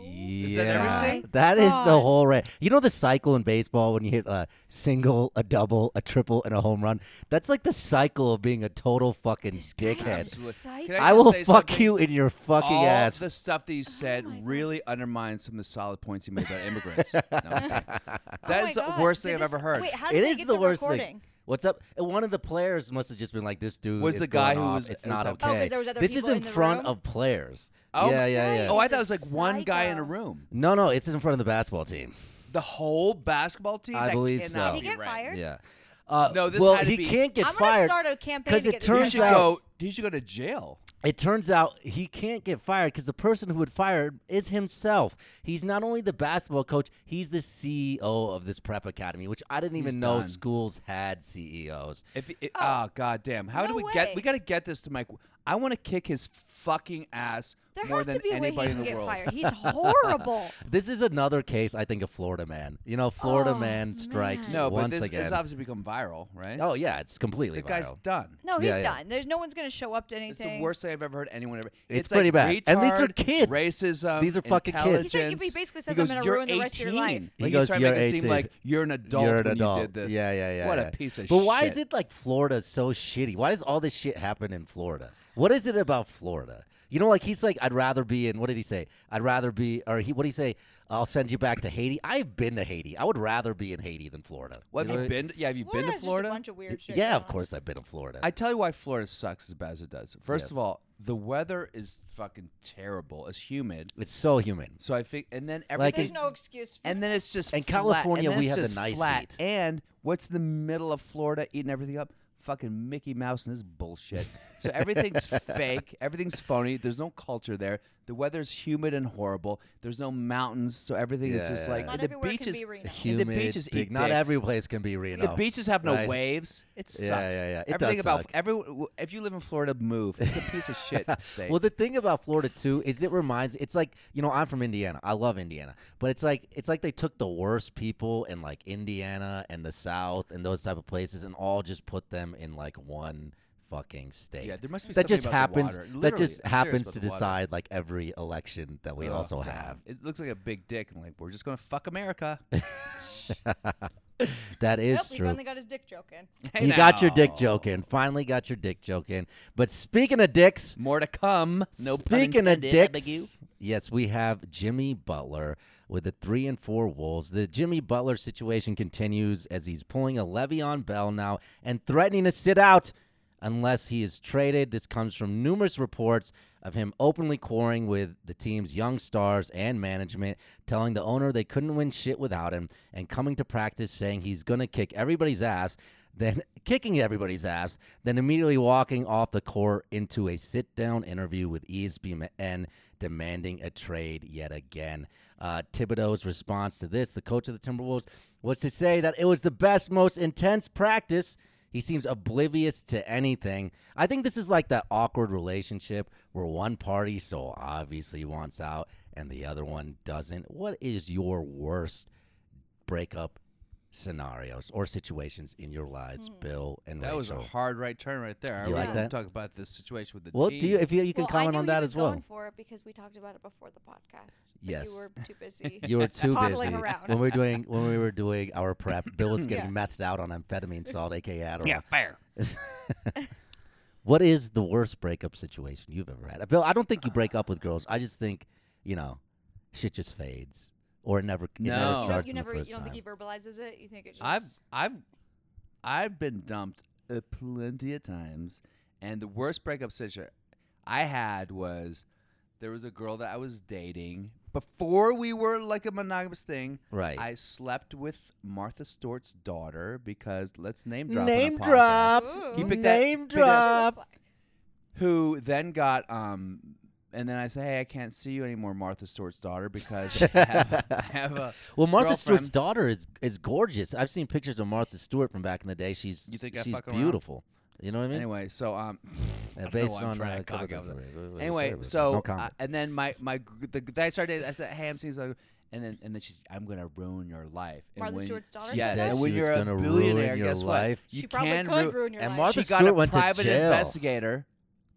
S7: Yeah,
S8: everything?
S7: that is the
S9: God.
S7: whole right. You know the cycle in baseball when you hit a single, a double, a triple, and a home run. That's like the cycle of being a total fucking dickhead.
S9: Psych.
S8: Can
S7: I,
S8: just
S7: will
S8: say
S7: fuck
S8: something?
S7: you in your fucking
S8: All
S7: ass.
S8: the stuff that he said really undermines some of the solid points he made about immigrants. No, I'm kidding.
S9: Oh
S8: that
S9: my
S8: is the
S9: God.
S8: worst
S9: Did
S8: thing I've
S9: this-
S8: ever heard.
S9: Wait, how did
S7: it
S9: they
S7: is
S9: get
S7: the worst
S9: recording?
S7: thing. What's up? And One of the players must have just been like, "This dude
S8: Was
S7: is
S8: the guy
S7: going
S8: who
S7: off.
S8: was-
S7: It's
S8: it was
S7: not
S8: like-
S7: okay.
S9: Oh, 'cause there was other
S7: this is
S9: people
S7: in,
S9: in the
S7: front
S9: room?
S7: of players.
S8: Oh,
S7: yeah, yeah,
S9: guy
S7: yeah.
S8: Oh, I
S9: He's
S8: thought
S9: a
S8: it was like one guy in a room.
S7: No, no, it's in front of the basketball team.
S8: The whole basketball team.
S7: I
S8: That
S7: believe
S8: cannot
S7: so.
S9: Did
S8: be
S9: he get
S8: right.
S9: fired?
S7: Yeah. Uh,
S8: No, this
S7: well,
S8: had to
S7: he
S8: be-
S7: can't get
S9: I'm gonna
S7: fired
S9: start a campaign
S7: because
S9: to
S7: it
S9: get this
S8: He
S7: turns
S9: guy
S8: should
S7: out
S8: go. He should go to jail.
S7: It turns out he can't get fired because the person who would fire him is himself. He's not only the basketball coach, he's the CEO of this prep academy, which I didn't even
S8: He's
S7: know
S8: done.
S7: schools had E CEOs.
S8: If it, oh. god damn, how do
S9: no
S8: we get? We
S9: way.
S8: got to get this to Mike. I want to kick his fucking ass
S9: There
S8: more
S9: has
S8: than
S9: to be a way he
S8: anybody
S9: can
S8: in the
S9: get
S8: world.
S9: fired. He's horrible.
S7: This is another case, I think, of Florida man. You know, Florida
S9: Oh,
S7: man strikes
S8: No, but
S7: once
S8: this
S7: again.
S8: has obviously become viral, right?
S7: oh yeah, it's completely
S8: the guy's
S7: viral.
S8: done.
S9: No, he's
S7: Yeah, yeah.
S9: done. There's no one's gonna show up to anything.
S8: It's the worst thing I've ever heard anyone ever.
S7: It's
S8: like
S7: pretty bad. And these are
S8: retard,
S7: kids.
S8: Racism.
S7: These are fucking kids.
S9: He said- he
S8: intelligence.
S9: basically says,
S8: He goes,
S9: "I'm gonna
S8: "You're
S9: ruin the rest of your
S8: 18."
S7: He
S9: life."
S8: Like, he's
S7: goes,
S8: trying
S7: "You're
S8: to make it seem
S7: 18."
S8: like you're an adult
S7: You're an
S8: when
S7: adult.
S8: you did this.
S7: Yeah, yeah, yeah.
S8: What
S7: yeah.
S8: a piece of
S7: But
S8: shit.
S7: why is it like Florida so shitty? Why does all this shit happen in Florida? What is it about Florida? You know, like he's like, I'd rather be in. What did he say? I'd rather be, or he, what did he say? I'll send you back to Haiti. I've been to Haiti. I would rather be in Haiti than Florida.
S8: What,
S7: know
S8: have you been? To, yeah, have you
S9: Florida
S8: been
S9: has
S8: to
S9: just a
S8: Florida?
S9: bunch of weird shit
S7: yeah,
S9: going
S7: of
S9: on.
S7: course, I've been in Florida.
S8: I tell you why Florida sucks as bad as it does. First
S7: Yeah.
S8: of all, the weather is fucking terrible. It's humid.
S7: it's so humid.
S8: So I think, and then
S7: Like
S8: everything.
S9: There's no excuse. For
S8: and then it's just
S7: In
S8: flat,
S7: California,
S8: and then
S7: we
S8: it's
S7: have the
S8: just
S7: nice
S8: flat.
S7: heat.
S8: And what's the middle of Florida eating everything up? Fucking Mickey Mouse and his bullshit. So everything's fake. Everything's phony. There's no culture there. The weather's humid and horrible. There's no mountains, so everything is
S7: Yeah,
S8: just
S7: yeah,
S8: like
S7: yeah. Not
S8: and the
S9: everywhere can
S8: beaches.
S9: be Reno.
S8: and
S7: Humid,
S8: the beaches
S7: big-
S8: eat
S7: not
S8: dicks.
S7: every place can be Reno.
S8: The beaches have no
S7: right?
S8: waves. It
S7: Yeah,
S8: sucks.
S7: yeah, yeah. It does
S8: everything about
S7: suck.
S8: every if you live in Florida, move. It's a piece of shit state.
S7: Well, the thing about Florida too is it reminds. It's like you know I'm from Indiana. I love Indiana, but it's like it's like they took the worst people in like Indiana and the South and those type of places and all just put them in like one fucking state.
S8: Yeah, there must be
S7: that
S8: something
S7: just
S8: about the
S7: happens.
S8: water.
S7: That
S8: Literally,
S7: just
S8: I'm serious
S7: happens
S8: about
S7: to
S8: the water.
S7: decide like every election that we
S8: Ugh,
S7: also
S8: yeah.
S7: have.
S8: It looks like a big dick, and like we're just gonna fuck America.
S7: that is
S9: nope, He
S7: true.
S9: finally got his dick joke in.
S7: you got your dick joke in. Finally got your dick joke in. But speaking of dicks,
S8: more to come. No pun
S7: speaking of
S8: intended, I beg
S7: dicks,
S8: you.
S7: yes, we have Jimmy Butler with the three and four Wolves. The Jimmy Butler situation continues as he's pulling a Le'Veon Bell now and threatening to sit out unless he is traded. This comes from numerous reports of him openly quarreling with the team's young stars and management, telling the owner they couldn't win shit without him, and coming to practice saying he's going to kick everybody's ass then kicking everybody's ass, then immediately walking off the court into a sit down interview with E ESPN demanding a trade yet again. Uh, Thibodeau's response to this, the coach of the Timberwolves, was to say that it was the best, most intense practice. He seems oblivious to anything. I think this is like that awkward relationship where one party so obviously wants out and the other one doesn't. What is your worst breakup scenarios or situations in your lives,
S9: Hmm.
S7: Bill and
S8: That was a
S7: Rachel.
S8: hard right turn right there.
S7: Do you
S8: I
S7: like
S8: really wanna
S7: that?
S8: Talk about this situation with the
S7: well,
S8: team.
S7: do you if you, you can
S9: Well, I
S7: comment
S9: knew
S7: on
S9: he
S7: that
S9: was
S7: as well?
S9: Going for it because we talked about it before the podcast. but
S7: Yes.
S9: you were too busy.
S7: You were too
S9: toddling
S7: busy
S9: around.
S7: when we were doing when we were doing our prep. Bill was
S9: Yeah.
S7: getting methed out on amphetamine salt, aka Adderall.
S8: Yeah, fair.
S7: What is the worst breakup situation you've ever had, Bill? I don't think you break up with girls. I just think you know, shit just fades or it never it never
S8: No.
S9: you,
S7: starts
S9: you
S7: in the
S9: never. You
S7: first
S9: don't
S7: time.
S9: think he verbalizes it. You think it just.
S8: I've I've I've been dumped uh, plenty of times, and the worst breakup situation I had was there was a girl that I was dating before we were like a monogamous thing.
S7: Right.
S8: I slept with Martha Stewart's daughter because let's name drop. on the
S7: Name
S8: podcast.
S7: drop.
S9: Ooh.
S8: You picked that-
S7: Name
S8: picked that-
S7: drop.
S8: who then got um and then I say, hey, I can't see you anymore, Martha Stewart's daughter, because I have, I have a
S7: Well, Martha Stewart's
S8: girlfriend."
S7: daughter is is gorgeous. I've seen pictures of Martha Stewart from back in the day. She's
S8: You think I
S7: she's
S8: fuck around?
S7: beautiful. You know what I mean?
S8: Anyway, so um,
S7: Yeah,
S8: I don't know
S7: based
S8: why I'm
S7: on,
S8: trying
S7: uh,
S8: to
S7: cover
S8: cock up.
S7: design. Wait, wait, wait,
S8: anyway,
S7: sorry, but no
S8: so uh,
S7: comment.
S8: and then my my gr- the guy started. I said, hey, I'm seeing something," and then and then she's, I'm gonna ruin your life. And
S9: Martha
S8: when-
S9: Stewart's daughter
S7: She
S8: Yes,
S7: said
S8: and
S7: she
S8: when
S7: was
S8: you're a
S7: gonna ruin
S8: billionaire,
S7: your
S8: guess
S7: life.
S8: what?
S9: she
S8: you
S9: probably
S8: can
S9: could
S8: ru-
S9: ruin your
S7: and
S9: life.
S7: Martha-
S8: she got
S7: Stewart
S8: a
S7: went to
S8: private
S7: jail.
S8: investigator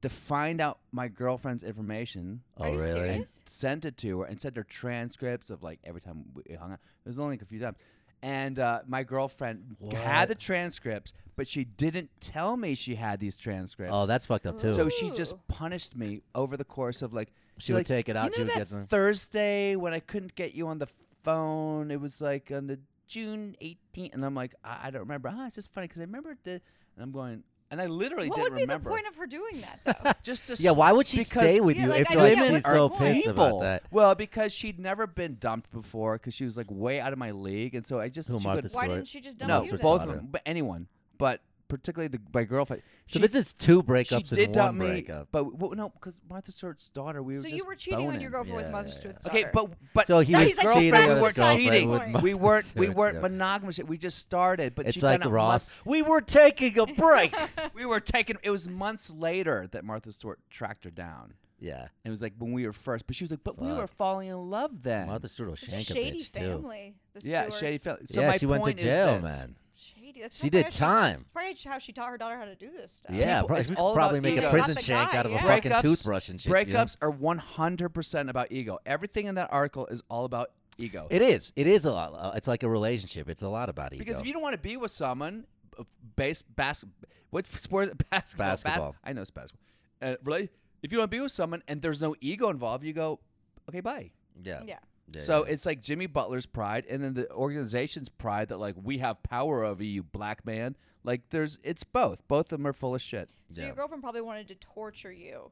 S8: to find out my girlfriend's information.
S7: oh
S9: Are you
S7: really?
S9: serious?
S8: sent it to her and sent her transcripts of like every time we hung out. It was only like a few times. And uh, my girlfriend had
S7: What?
S8: the transcripts, but she didn't tell me she had these transcripts.
S7: Oh, that's fucked up too.
S8: so she just
S9: Ooh.
S8: punished me over the course of like
S7: She would
S8: like,
S7: take it out,
S8: You know
S7: she would
S8: that
S7: get some-
S8: Thursday when I couldn't get you on the phone, it was like on the June 18th, and I'm like, I, I don't remember. Ah, it's just funny because I remember the. And I'm going, and I literally
S9: what
S8: didn't
S9: would be
S8: remember.
S9: the point of her doing that though?
S8: just to
S7: yeah,
S8: s-
S7: why would she
S8: because-
S7: stay with
S9: Yeah,
S7: you
S9: like,
S7: if
S9: I
S7: like,
S9: don't get
S7: she's
S9: what
S7: so
S9: the
S7: pissed about
S8: people.
S7: that?
S8: Well, because she'd never been dumped before because she was like way out of my league, and so I just
S7: Who,
S8: she
S7: Martha
S8: would-
S7: Stewart?
S9: Why didn't she just dump
S8: no
S9: you?
S7: Stewart's
S8: both of
S7: daughter?
S8: them, but anyone, but particularly the my girlfriend.
S7: So
S8: She-
S7: this is two
S8: she
S7: breakups
S8: did
S7: in one
S8: dump me,
S7: breakup.
S8: but well, no, because Martha Stewart's daughter. We were
S9: So you
S8: just
S9: were cheating on your
S8: boning.
S9: girlfriend with
S7: Yeah,
S9: Martha
S7: yeah,
S9: Stewart's
S8: Okay,
S9: daughter.
S8: but but
S7: So he
S9: Now
S7: was
S9: he's like,
S7: cheating
S9: "Fuck
S7: with
S9: that
S7: his
S9: girlfriend
S7: cheating.
S9: with
S7: With
S9: Martha
S8: we weren't we
S7: Stewart's
S8: weren't
S7: girlfriend.
S8: monogamous. yet, We just started, but
S7: It's
S8: she
S7: like
S8: found out
S7: Ross.
S8: months-
S7: We were taking a break.
S8: we were taking. It was months later that Martha Stewart tracked her down.
S7: yeah,
S8: And it was like when we were first, but she was like, "But we
S7: Fuck.
S8: were falling in love then."
S7: Martha Stewart will
S9: it's a
S7: shank a
S9: shady
S7: bitch too.
S9: family. The
S8: Yeah, shady.
S9: Stewarts.
S8: Fel- so
S7: Yeah,
S8: my
S7: she went to
S8: point is
S7: jail,
S8: this.
S7: man.
S9: Shady. That's
S7: She
S9: probably
S7: did
S9: how
S7: time.
S9: Probably how she taught her daughter how to do this stuff.
S7: Yeah,
S8: Uh, People-
S7: probably,
S8: it's
S7: we
S8: all
S7: could probably
S8: about
S7: make
S8: ego.
S7: a prison
S9: Not the
S7: shank
S9: guy,
S7: out of a
S9: yeah.
S7: fucking
S8: Breakups-
S7: toothbrush and shit. you know?
S8: Breakups are 100% about ego. Everything in that article is all about ego.
S7: It is. It is a lot. uh, It's like a relationship. It's a lot about ego.
S8: because if you don't want to be with someone, uh, base bas- what sport? Basketball. bas-
S7: Basketball.
S8: I know it's basketball. Uh, really, if you want to be with someone and there's no ego involved, you go, okay, bye.
S7: yeah.
S9: Yeah.
S8: So
S7: yeah.
S8: it's like Jimmy Butler's pride, and then the organization's pride that like we have power over you, black man. Like there's, it's both. Both of them are full of shit.
S9: So
S7: Yeah.
S9: your girlfriend probably wanted to torture you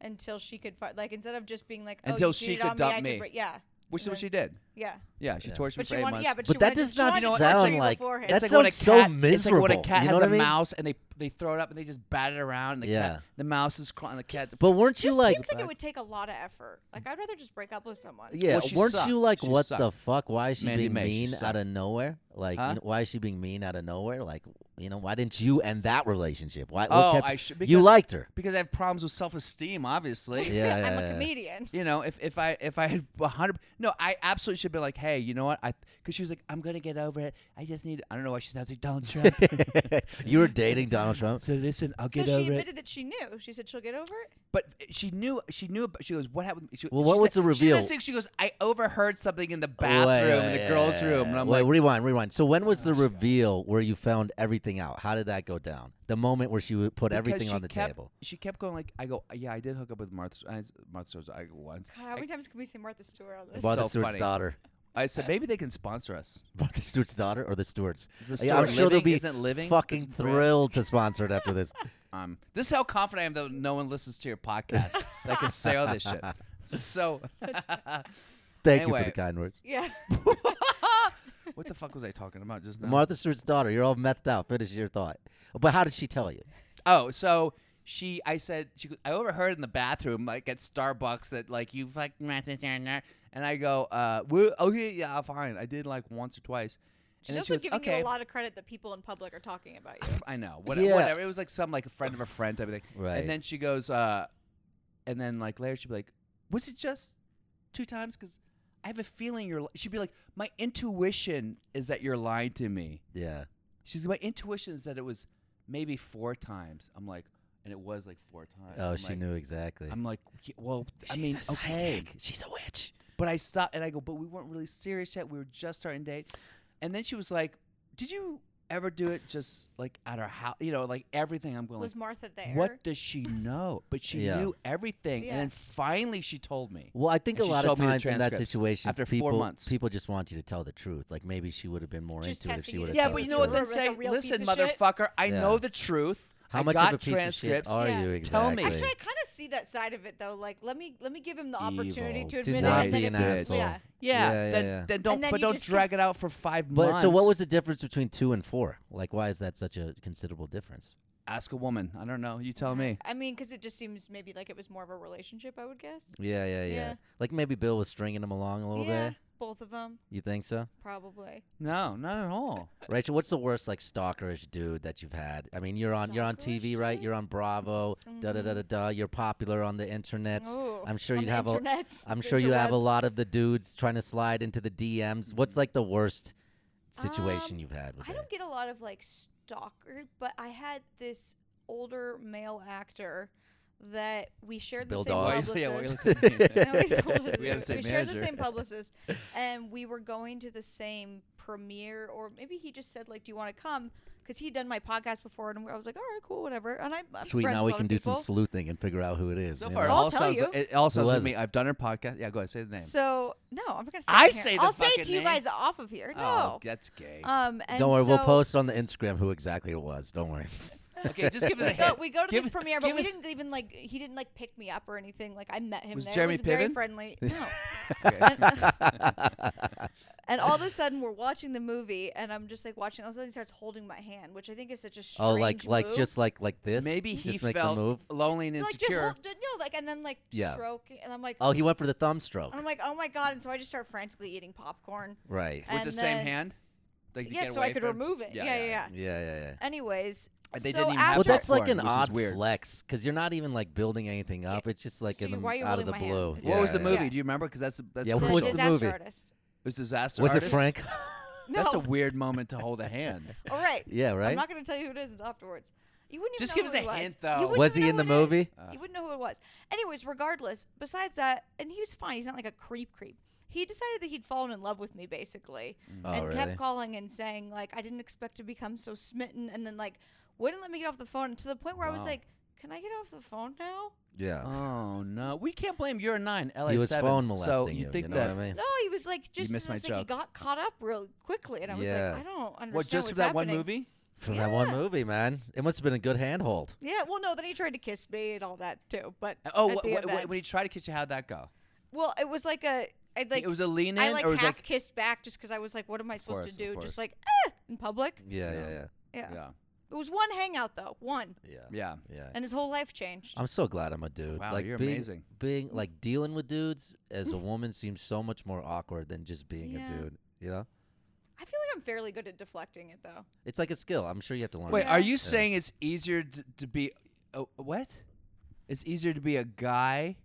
S9: until she could fi- like instead of just being like oh,
S8: Until
S9: you
S8: she
S9: cheated
S8: could
S9: on
S8: dump
S9: me, I
S8: me.
S9: Could bre- yeah,
S8: Which is
S9: And
S8: what
S9: then-
S8: she did.
S9: yeah.
S8: Yeah, she
S7: Yeah.
S8: tortured me
S9: But
S8: for
S9: she
S8: eight
S9: wanted,
S8: months.
S9: yeah, but, she
S7: but that
S9: wanted to-
S7: does
S9: she
S7: not
S9: wanted to torture
S7: sound
S9: you
S7: like
S9: beforehand.
S7: that
S8: It's
S7: sounds
S8: like when a
S7: so
S8: cat-
S7: miserable.
S8: It's like when a cat
S7: you know
S8: has
S7: what
S8: a
S7: I mean?
S8: mouse and they they throw it up and they just bat it around. And the
S7: Yeah.
S8: cat, the mouse is crawling. The cat.
S7: But weren't you
S9: just
S7: like?
S9: seems like it would take a lot of effort. Like I'd rather just break up with someone.
S7: yeah,
S8: Well, Uh, she
S7: weren't
S8: sucked.
S7: you like,
S8: She
S7: what the
S8: sucked.
S7: fuck? Why is she
S8: Mandy
S7: being
S8: May, she
S7: mean out
S8: sucked.
S7: of nowhere? Like,
S8: Huh?
S7: you know, why is she being mean out of nowhere? Like, you know, why didn't you end that relationship? Why? what
S8: oh,
S7: kept-
S8: I should.
S7: you
S8: because-
S7: liked her.
S8: because I have problems with self-esteem. Obviously,
S7: Yeah, yeah,
S9: I'm
S7: yeah.
S9: a comedian.
S8: You know, if, if I if I had 100 no, I absolutely should be like, hey, you know what? I because she was like, I'm gonna get over it. I just need I don't know why she sounds like Donald Trump.
S7: you were dating Donald Trump.
S8: so listen, I'll
S9: So
S8: get
S9: she
S8: over
S9: admitted
S8: it.
S9: that she knew. She said she'll get over it.
S8: But she knew she knew. About, she goes, what happened? She,
S7: Well,
S8: she
S7: what was
S8: said-
S7: the
S8: She
S7: reveal?
S8: listened, she goes, I overheard something in the bathroom, in the girls' room, and I'm
S7: Wait,
S8: like, "Oh,
S7: rewind, rewind. So when was the reveal where you found everything out? How did that go down? The moment where she would put
S8: because
S7: everything
S8: she
S7: on the
S8: kept-
S7: table.
S8: She kept going like, I go, yeah, I did hook up with Martha, Stewart- I, Martha Stewart, I once.
S9: God, how many times can we say Martha Stewart on this?
S7: Martha
S8: so
S7: Stewart's
S8: funny.
S7: daughter.
S8: I said maybe they can sponsor us.
S7: Martha Stewart's daughter or the Stewarts?
S8: The
S7: Yeah, I'm
S8: Stewart
S7: sure they'll
S8: living
S7: be
S8: isn't living,
S7: fucking
S8: the brand.
S7: thrilled to sponsor it after this.
S8: Um, this is how confident I am that no one listens to your podcast that can say all this shit. So,
S7: Thank you for
S8: Anyway.
S7: the kind words.
S9: Yeah.
S8: what the fuck was I talking about just now?
S7: Martha Stewart's daughter. You're all methed out. Finish your thought. But how did she tell you?
S8: Oh, so she, I said, she, goes, I overheard in the bathroom, like at Starbucks, that like you fucking, and I go, uh, well, okay, yeah, fine, I did like once or twice.
S9: She's
S8: then
S9: also
S8: was,
S9: giving
S8: okay,
S9: you a lot of credit that people in public are talking about you.
S8: I know, what,
S7: Yeah.
S8: whatever. It was like some like a friend of a friend type of thing.
S7: Right.
S8: And then she goes, uh, and then like later she'd be like, was it just two times? Because I have a feeling you're. li-" She'd be like, my intuition is that you're lying to me.
S7: Yeah.
S8: She's like, my intuition is that it was maybe four times. I'm like, and it was like four times.
S7: Oh,
S8: I'm
S7: she
S8: like-
S7: knew exactly.
S8: I'm like, "Y- well, I mean, okay.
S7: She's a witch.
S8: But I stopped and I go, but we weren't really serious yet. We were just starting to date. And then she was like, did you ever do it just like at our house? You know, like everything. I'm going,
S9: Was
S8: like,
S9: Martha there?
S8: what does she know? But she
S7: Yeah.
S8: knew everything.
S9: Yeah.
S8: And then finally she told me.
S7: Well, I think a
S8: And she
S7: lot of
S8: showed me the
S7: times in that
S8: transcripts
S7: situation,
S8: after
S7: people,
S8: four months.
S7: people just want you to tell the truth. Like maybe she would have been more
S9: Just
S7: into it if
S9: testing
S7: she
S9: you
S7: would
S9: to
S7: have.
S9: see
S8: yeah,
S9: if
S8: but you
S9: you
S8: know what
S9: were
S8: they
S9: like a
S8: say?
S9: real
S8: Listen,
S9: piece of shit."
S8: motherfucker, I
S7: Yeah.
S8: know the truth.
S7: How
S8: I
S7: much
S8: got
S7: of a piece
S8: transcripts.
S7: of shit are
S9: Yeah.
S7: you exactly?
S8: Tell me.
S9: Actually, I kind of see that side of it though. Like, let me let me give him the opportunity
S8: Evil.
S9: to
S8: Do
S9: admit
S8: not
S9: it. and
S8: be
S9: then
S8: an
S9: if he's-
S8: asshole.
S9: Yeah.
S7: Yeah,
S8: Yeah,
S7: yeah,
S8: then,
S7: yeah.
S8: then don't,
S9: then
S8: but
S9: you
S8: don't
S9: just
S8: drag it out for five
S7: But
S8: months.
S7: so, what was the difference between two and four? Like, why is that such a considerable difference?
S8: Ask a woman. I don't know. You tell me.
S9: I mean, because it just seems maybe like it was more of a relationship. I would guess.
S7: Yeah, yeah, yeah.
S9: Yeah.
S7: Like maybe Bill was stringing him along a little
S9: yeah,
S7: bit.
S9: both of them
S7: You think so,
S9: probably.
S8: No, not at all.
S7: Rachel? What's the worst like stalkerish dude that you've had? I mean, you're on you're on TV,
S9: Stalkerish
S7: right?
S9: dude? Mm-hmm.
S7: You're on Bravo, da da da da da. You're popular on the internet.
S9: Ooh,
S7: I'm sure
S9: on
S7: you'd
S9: the
S7: have
S9: internets,
S7: a. I'm sure you have a
S9: interwebs.
S7: lot of the dudes trying to slide into the DMs. What's like the worst situation
S9: Mm. Um,
S7: you've had with
S9: I
S7: that?
S9: don't get a lot of like stalker, but I had this older male actor that we shared
S7: Bill
S9: the same
S7: Dawes.
S9: publicist.
S8: Yeah, we're gonna do that.
S9: No, he's older than
S8: We
S9: me.
S8: had the same
S9: we shared the
S8: manager.
S9: same publicist, and we were going to the same premiere, or maybe he just said like, "Do you want to come?" Because he'd done my podcast before, and I was like, "All right, cool, whatever." And I, I'm
S7: Sweet.
S9: friends
S7: Now
S9: with
S7: we
S9: a lot
S7: can
S9: of
S7: do some
S9: people. Oh,
S7: sleuthing and figure out who it is.
S8: So
S7: you
S8: far, it
S7: know?
S9: I'll
S8: all
S9: tell
S8: sounds.
S9: you.
S8: It all sounds
S7: was
S8: like
S7: it?
S8: me. I've done her podcast. Yeah, go ahead. Say the name.
S9: So no, I'm not gonna. Say
S8: I
S9: it on here.
S8: say the
S9: I'll say
S8: fucking
S9: it to you
S8: name.
S9: guys off of here.
S8: Oh,
S9: No.
S8: that's gay.
S9: um. And
S7: Don't worry, we'll
S9: so
S7: post on the Instagram who exactly it was. Don't worry.
S8: okay, just give us a
S9: We go,
S8: hint.
S9: we go to
S8: give,
S9: this premiere, but
S8: give
S9: we
S8: us-
S9: didn't even like. He didn't like pick me up or anything. Like I met him
S8: Was
S9: there.
S8: Jeremy
S9: it was very
S8: Piven?
S9: friendly. No.
S8: Okay.
S9: And all of a sudden, we're watching the movie, and I'm just like watching. All of a sudden, he starts holding my hand, which I think is such a strange
S7: Oh, like like
S9: move.
S7: just like like this.
S8: Maybe he
S7: just make
S8: felt
S7: the move.
S8: lonely and
S9: like just
S8: insecure.
S9: hold, no, like and then like
S7: Yeah.
S9: stroking, and I'm like,
S7: Oh, he went for the thumb stroke.
S9: and I'm like, oh my god! And so I just start frantically eating popcorn.
S7: Right.
S8: with
S9: and
S8: the same
S9: then-
S8: hand. Like to
S9: Yeah,
S8: get
S9: so I
S8: away
S9: could
S8: from-
S9: remove it. Yeah, yeah, yeah.
S7: Yeah, yeah, yeah.
S9: Anyways,
S8: And they
S9: so
S8: didn't even have
S9: after
S7: Well, that's like an
S8: popcorn, which is
S7: odd
S8: weird.
S7: flex because you're not even like building anything up. It's just like
S9: So
S7: in
S9: you-
S7: the,
S9: why are you
S7: out of
S9: holding
S7: the
S9: my hand?
S7: blue.
S9: It's
S8: What was the
S9: Yeah.
S8: movie?
S9: Yeah.
S8: Do you remember? Because that's that's
S7: Yeah,
S8: a
S7: what
S8: weird
S9: the
S7: was the
S8: moment.
S9: disaster
S7: movie?
S9: artist.
S8: It was disaster.
S7: Was it
S8: Artist?
S7: Frank?
S8: That's a
S9: No.
S8: weird moment to hold a hand.
S9: All right.
S7: Yeah, right?
S9: I'm not going to tell you who it is until afterwards. You wouldn't even
S8: Just
S9: know
S8: give
S9: who
S8: us
S9: it
S8: a
S9: was.
S8: hint,
S9: You
S8: though. Uh.
S9: wouldn't
S7: Was
S9: even
S7: he in
S9: know
S7: the
S9: who it is.
S7: movie?
S9: You wouldn't know who it was. Anyways, regardless, besides that, and he was fine. He's not like a creep creep. He decided that he'd fallen in love with me, basically,
S7: Oh,
S9: and
S7: really?
S9: kept calling and saying like, "I didn't expect to become so smitten," and then like wouldn't let me get off the phone to the point where I was
S8: Wow.
S9: like, "Can I get off the phone now?"
S7: Yeah.
S8: Oh no, we can't blame you're nine. LA
S7: He was
S8: seven.
S7: phone
S8: so
S7: molesting
S8: you.
S7: you.
S8: Think
S7: you know
S8: that
S7: what I mean?
S9: No, he was like just
S8: missed
S9: it
S8: my
S9: was, like, he
S8: joke.
S9: got caught up real quickly, and I was
S7: Yeah.
S9: like, "I don't understand."
S8: What just
S9: what's
S8: for that
S9: happening.
S8: one movie?
S7: From that one
S9: Yeah.
S7: movie, man. It must have been a good handhold.
S9: Yeah, well, no, then he tried to kiss me and all that too. But
S8: Oh,
S9: at the
S8: wh- wh- wh-
S9: event.
S8: when he tried to kiss you, how'd that go?
S9: Well, it was like a. I like.
S8: it was a lean in,
S9: I like
S8: or was
S9: half
S8: like
S9: kissed back just because I was like, "What am I supposed
S8: course,
S9: to
S8: of
S9: do?"
S8: course.
S9: Just like eh, in public.
S7: Mm, Yeah, yeah, yeah.
S9: Yeah.
S8: yeah.
S9: It was one hangout though, one.
S7: Yeah.
S8: Yeah.
S7: Yeah.
S9: And his whole life changed.
S7: I'm so glad I'm a dude.
S8: Wow,
S7: like
S8: you're
S7: being,
S8: amazing.
S7: Being like dealing with dudes as a woman seems so much more awkward than just being
S9: Yeah.
S7: a dude. You know,
S9: I feel like I'm fairly good at deflecting it though.
S7: it's like a skill. I'm sure you have to learn.
S8: Wait,
S7: it.
S8: are you
S7: Yeah.
S8: saying it's easier to, to be a, a what? It's easier to be a guy.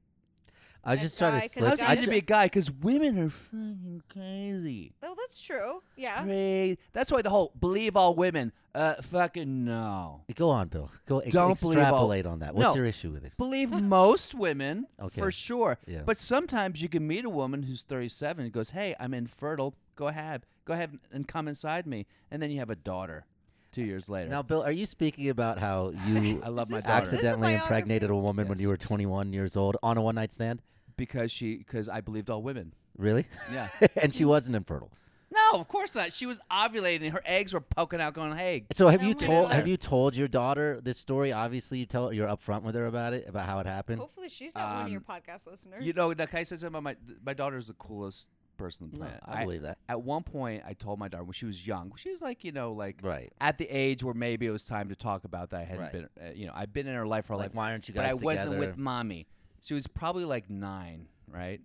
S7: I was just trying to
S8: How's
S7: slick.
S8: it easier to be a guy? Because women are fucking crazy.
S9: Oh, that's true. Yeah.
S8: Crazy. That's why the whole believe all women. Uh, fucking no.
S7: Go on, Bill. Go ex-
S8: Don't believe all-
S7: extrapolate on that. What's
S8: No.
S7: your issue with it?
S8: Believe most women
S7: Okay.
S8: for sure.
S7: Yeah.
S8: But sometimes you can meet a woman who's 37 and goes, "Hey, I'm infertile. Go ahead, go ahead and come inside me." And then you have a daughter. Two years later.
S7: Now, Bill, are you speaking about how you
S8: I love my Is this- daughter. is this a
S7: accidentally
S9: biography?
S7: impregnated a woman when you were 21 years old on a one night stand?
S8: because she because I believed all women.
S7: Really?
S8: Yeah.
S7: and she wasn't infertile.
S8: No, of course not. She was ovulating. Her eggs were poking out, going, "Hey."
S7: So have
S9: No
S7: you
S9: way.
S7: told have you told your daughter this story? Obviously, you tell you're upfront with her about it about how it happened.
S9: Hopefully she's not one of your
S7: um,
S9: podcast listeners.
S8: You know, like I said something about my th- my daughter's the coolest person on the
S7: No,
S8: planet.
S7: I believe that.
S8: At one point, I told my daughter when she was young, she was like, you know, like
S7: Right.
S8: at the age where maybe it was time to talk about that. I hadn't
S7: Right.
S8: been, uh, you know, I've been in her life for
S7: Like,
S8: life.
S7: why aren't you
S8: But I
S7: guys
S8: wasn't
S7: together?
S8: with mommy. She was probably like nine, right?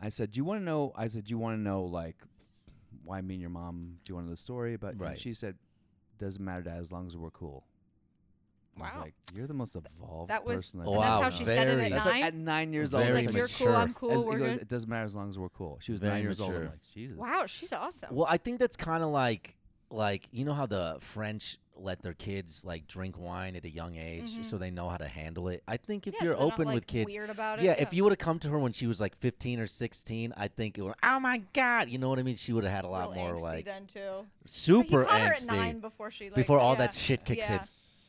S8: I said, "Do you want to know?" I said, "Do you want to know like why me and your mom? Do you want to know the story?" But you know,
S7: Right.
S8: she said, "Doesn't matter, Dad, as long as we're cool." I
S9: Wow.
S8: was like, "you're the most evolved
S9: that was
S8: person. I've
S9: and
S8: ever
S7: Wow,
S9: that's how she said it
S7: very-
S9: at
S8: that's
S9: nine.
S8: like at nine years old.
S7: Very
S9: She's like,
S8: I was
S9: You're
S7: mature.
S9: cool, I'm cool,
S8: As- it
S9: we're
S8: goes,
S9: good.
S8: It doesn't matter as long as we're cool. She was
S7: Very
S8: nine years old. I'm
S7: mature.
S8: like, Jesus.
S9: Wow, she's awesome.
S7: Well, I think that's kind of like like you know how the French let their kids like drink wine at a young age so they know how to handle it. I think if
S9: Yeah,
S7: you're
S9: so they're not,
S7: open
S9: like,
S7: with kids,
S9: weird about it.
S7: yeah,
S9: Yeah.
S7: If you would have come to her when she was like 15 or 16, I think it would. Oh my God, you know what I mean? She would have had a lot
S9: Real
S7: more
S9: angsty
S7: like
S9: then too. But
S7: super
S9: you caught her at
S7: angsty
S9: nine before she like,
S7: before all
S9: yeah.
S7: that shit kicks in.
S9: yeah.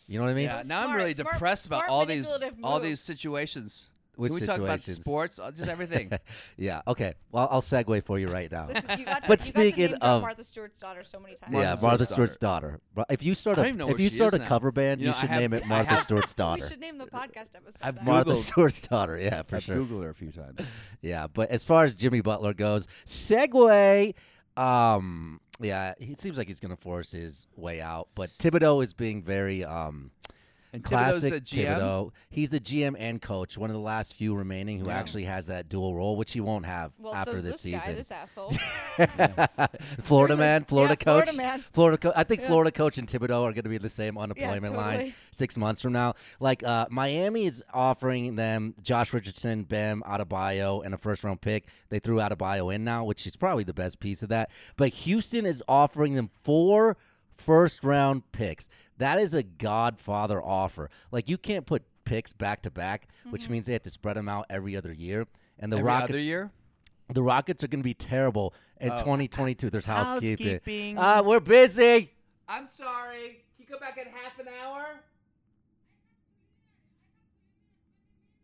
S7: You know what I mean?
S8: Yeah, now I'm
S9: Smart-
S8: really
S9: smart-
S8: depressed about
S9: smart
S8: all these
S9: manipulative
S8: all
S9: move.
S8: these situations.
S7: Which
S8: Can we talk about
S7: situations?
S8: sports? Uh, Just everything.
S7: yeah. Okay. Well, I'll segue for you right now.
S9: Listen, you got to,
S7: But
S9: you
S7: speaking
S9: got to name drop
S7: of-
S9: Martha Stewart's daughter so many times.
S7: yeah,
S8: Martha
S7: Martha
S8: Stewart's
S7: Stewart's daughter. Bro, If you start
S8: I
S7: a
S8: don't even know
S7: if
S8: where
S7: you
S8: she
S7: start
S8: is
S7: a
S8: now.
S7: cover band,
S8: You
S7: you,
S8: know, I
S7: should
S8: have-
S7: name it
S8: I
S7: Martha
S8: have-
S7: Stewart's daughter.
S9: We should name the podcast episode.
S8: I've
S9: that.
S7: Martha
S8: Googled.
S7: Stewart's daughter. Yeah, for
S8: I've
S7: sure.
S8: Googled her a few times.
S7: Yeah, but as far as Jimmy Butler goes, segue. Um, yeah, he it seems like he's gonna force his way out. But Thibodeau is being very um
S8: And Thibodeau's
S7: classic
S8: the GM?
S7: Thibodeau. He's the GM and coach, one of the last few remaining who actually has that dual role, which he won't have
S9: well,
S7: after
S9: so's
S7: this,
S9: this
S7: season.
S9: guy, this asshole.
S7: Florida
S9: Really?
S7: man, Florida
S9: Yeah,
S7: coach,
S9: Florida man.
S7: Florida co- I think Florida coach and Thibodeau are going to be the same unemployment line
S9: totally.
S7: six months from now. Like uh, Miami is offering them Josh Richardson, Bam Adebayo, and a first round pick. They threw Adebayo in now, which is probably the best piece of that. But Houston is offering them four first round picks. That is a godfather offer. Like you can't put picks back to back,
S9: Mm-hmm.
S7: which means they have to spread them out every other year. And the
S8: Every
S7: Rockets
S8: other year.
S7: the Rockets are going to be terrible
S9: Oh.
S7: in 2022. There's housekeeping.
S8: Housekeeping.
S7: Ah, we're busy.
S8: I'm sorry. Can you go back in half an hour?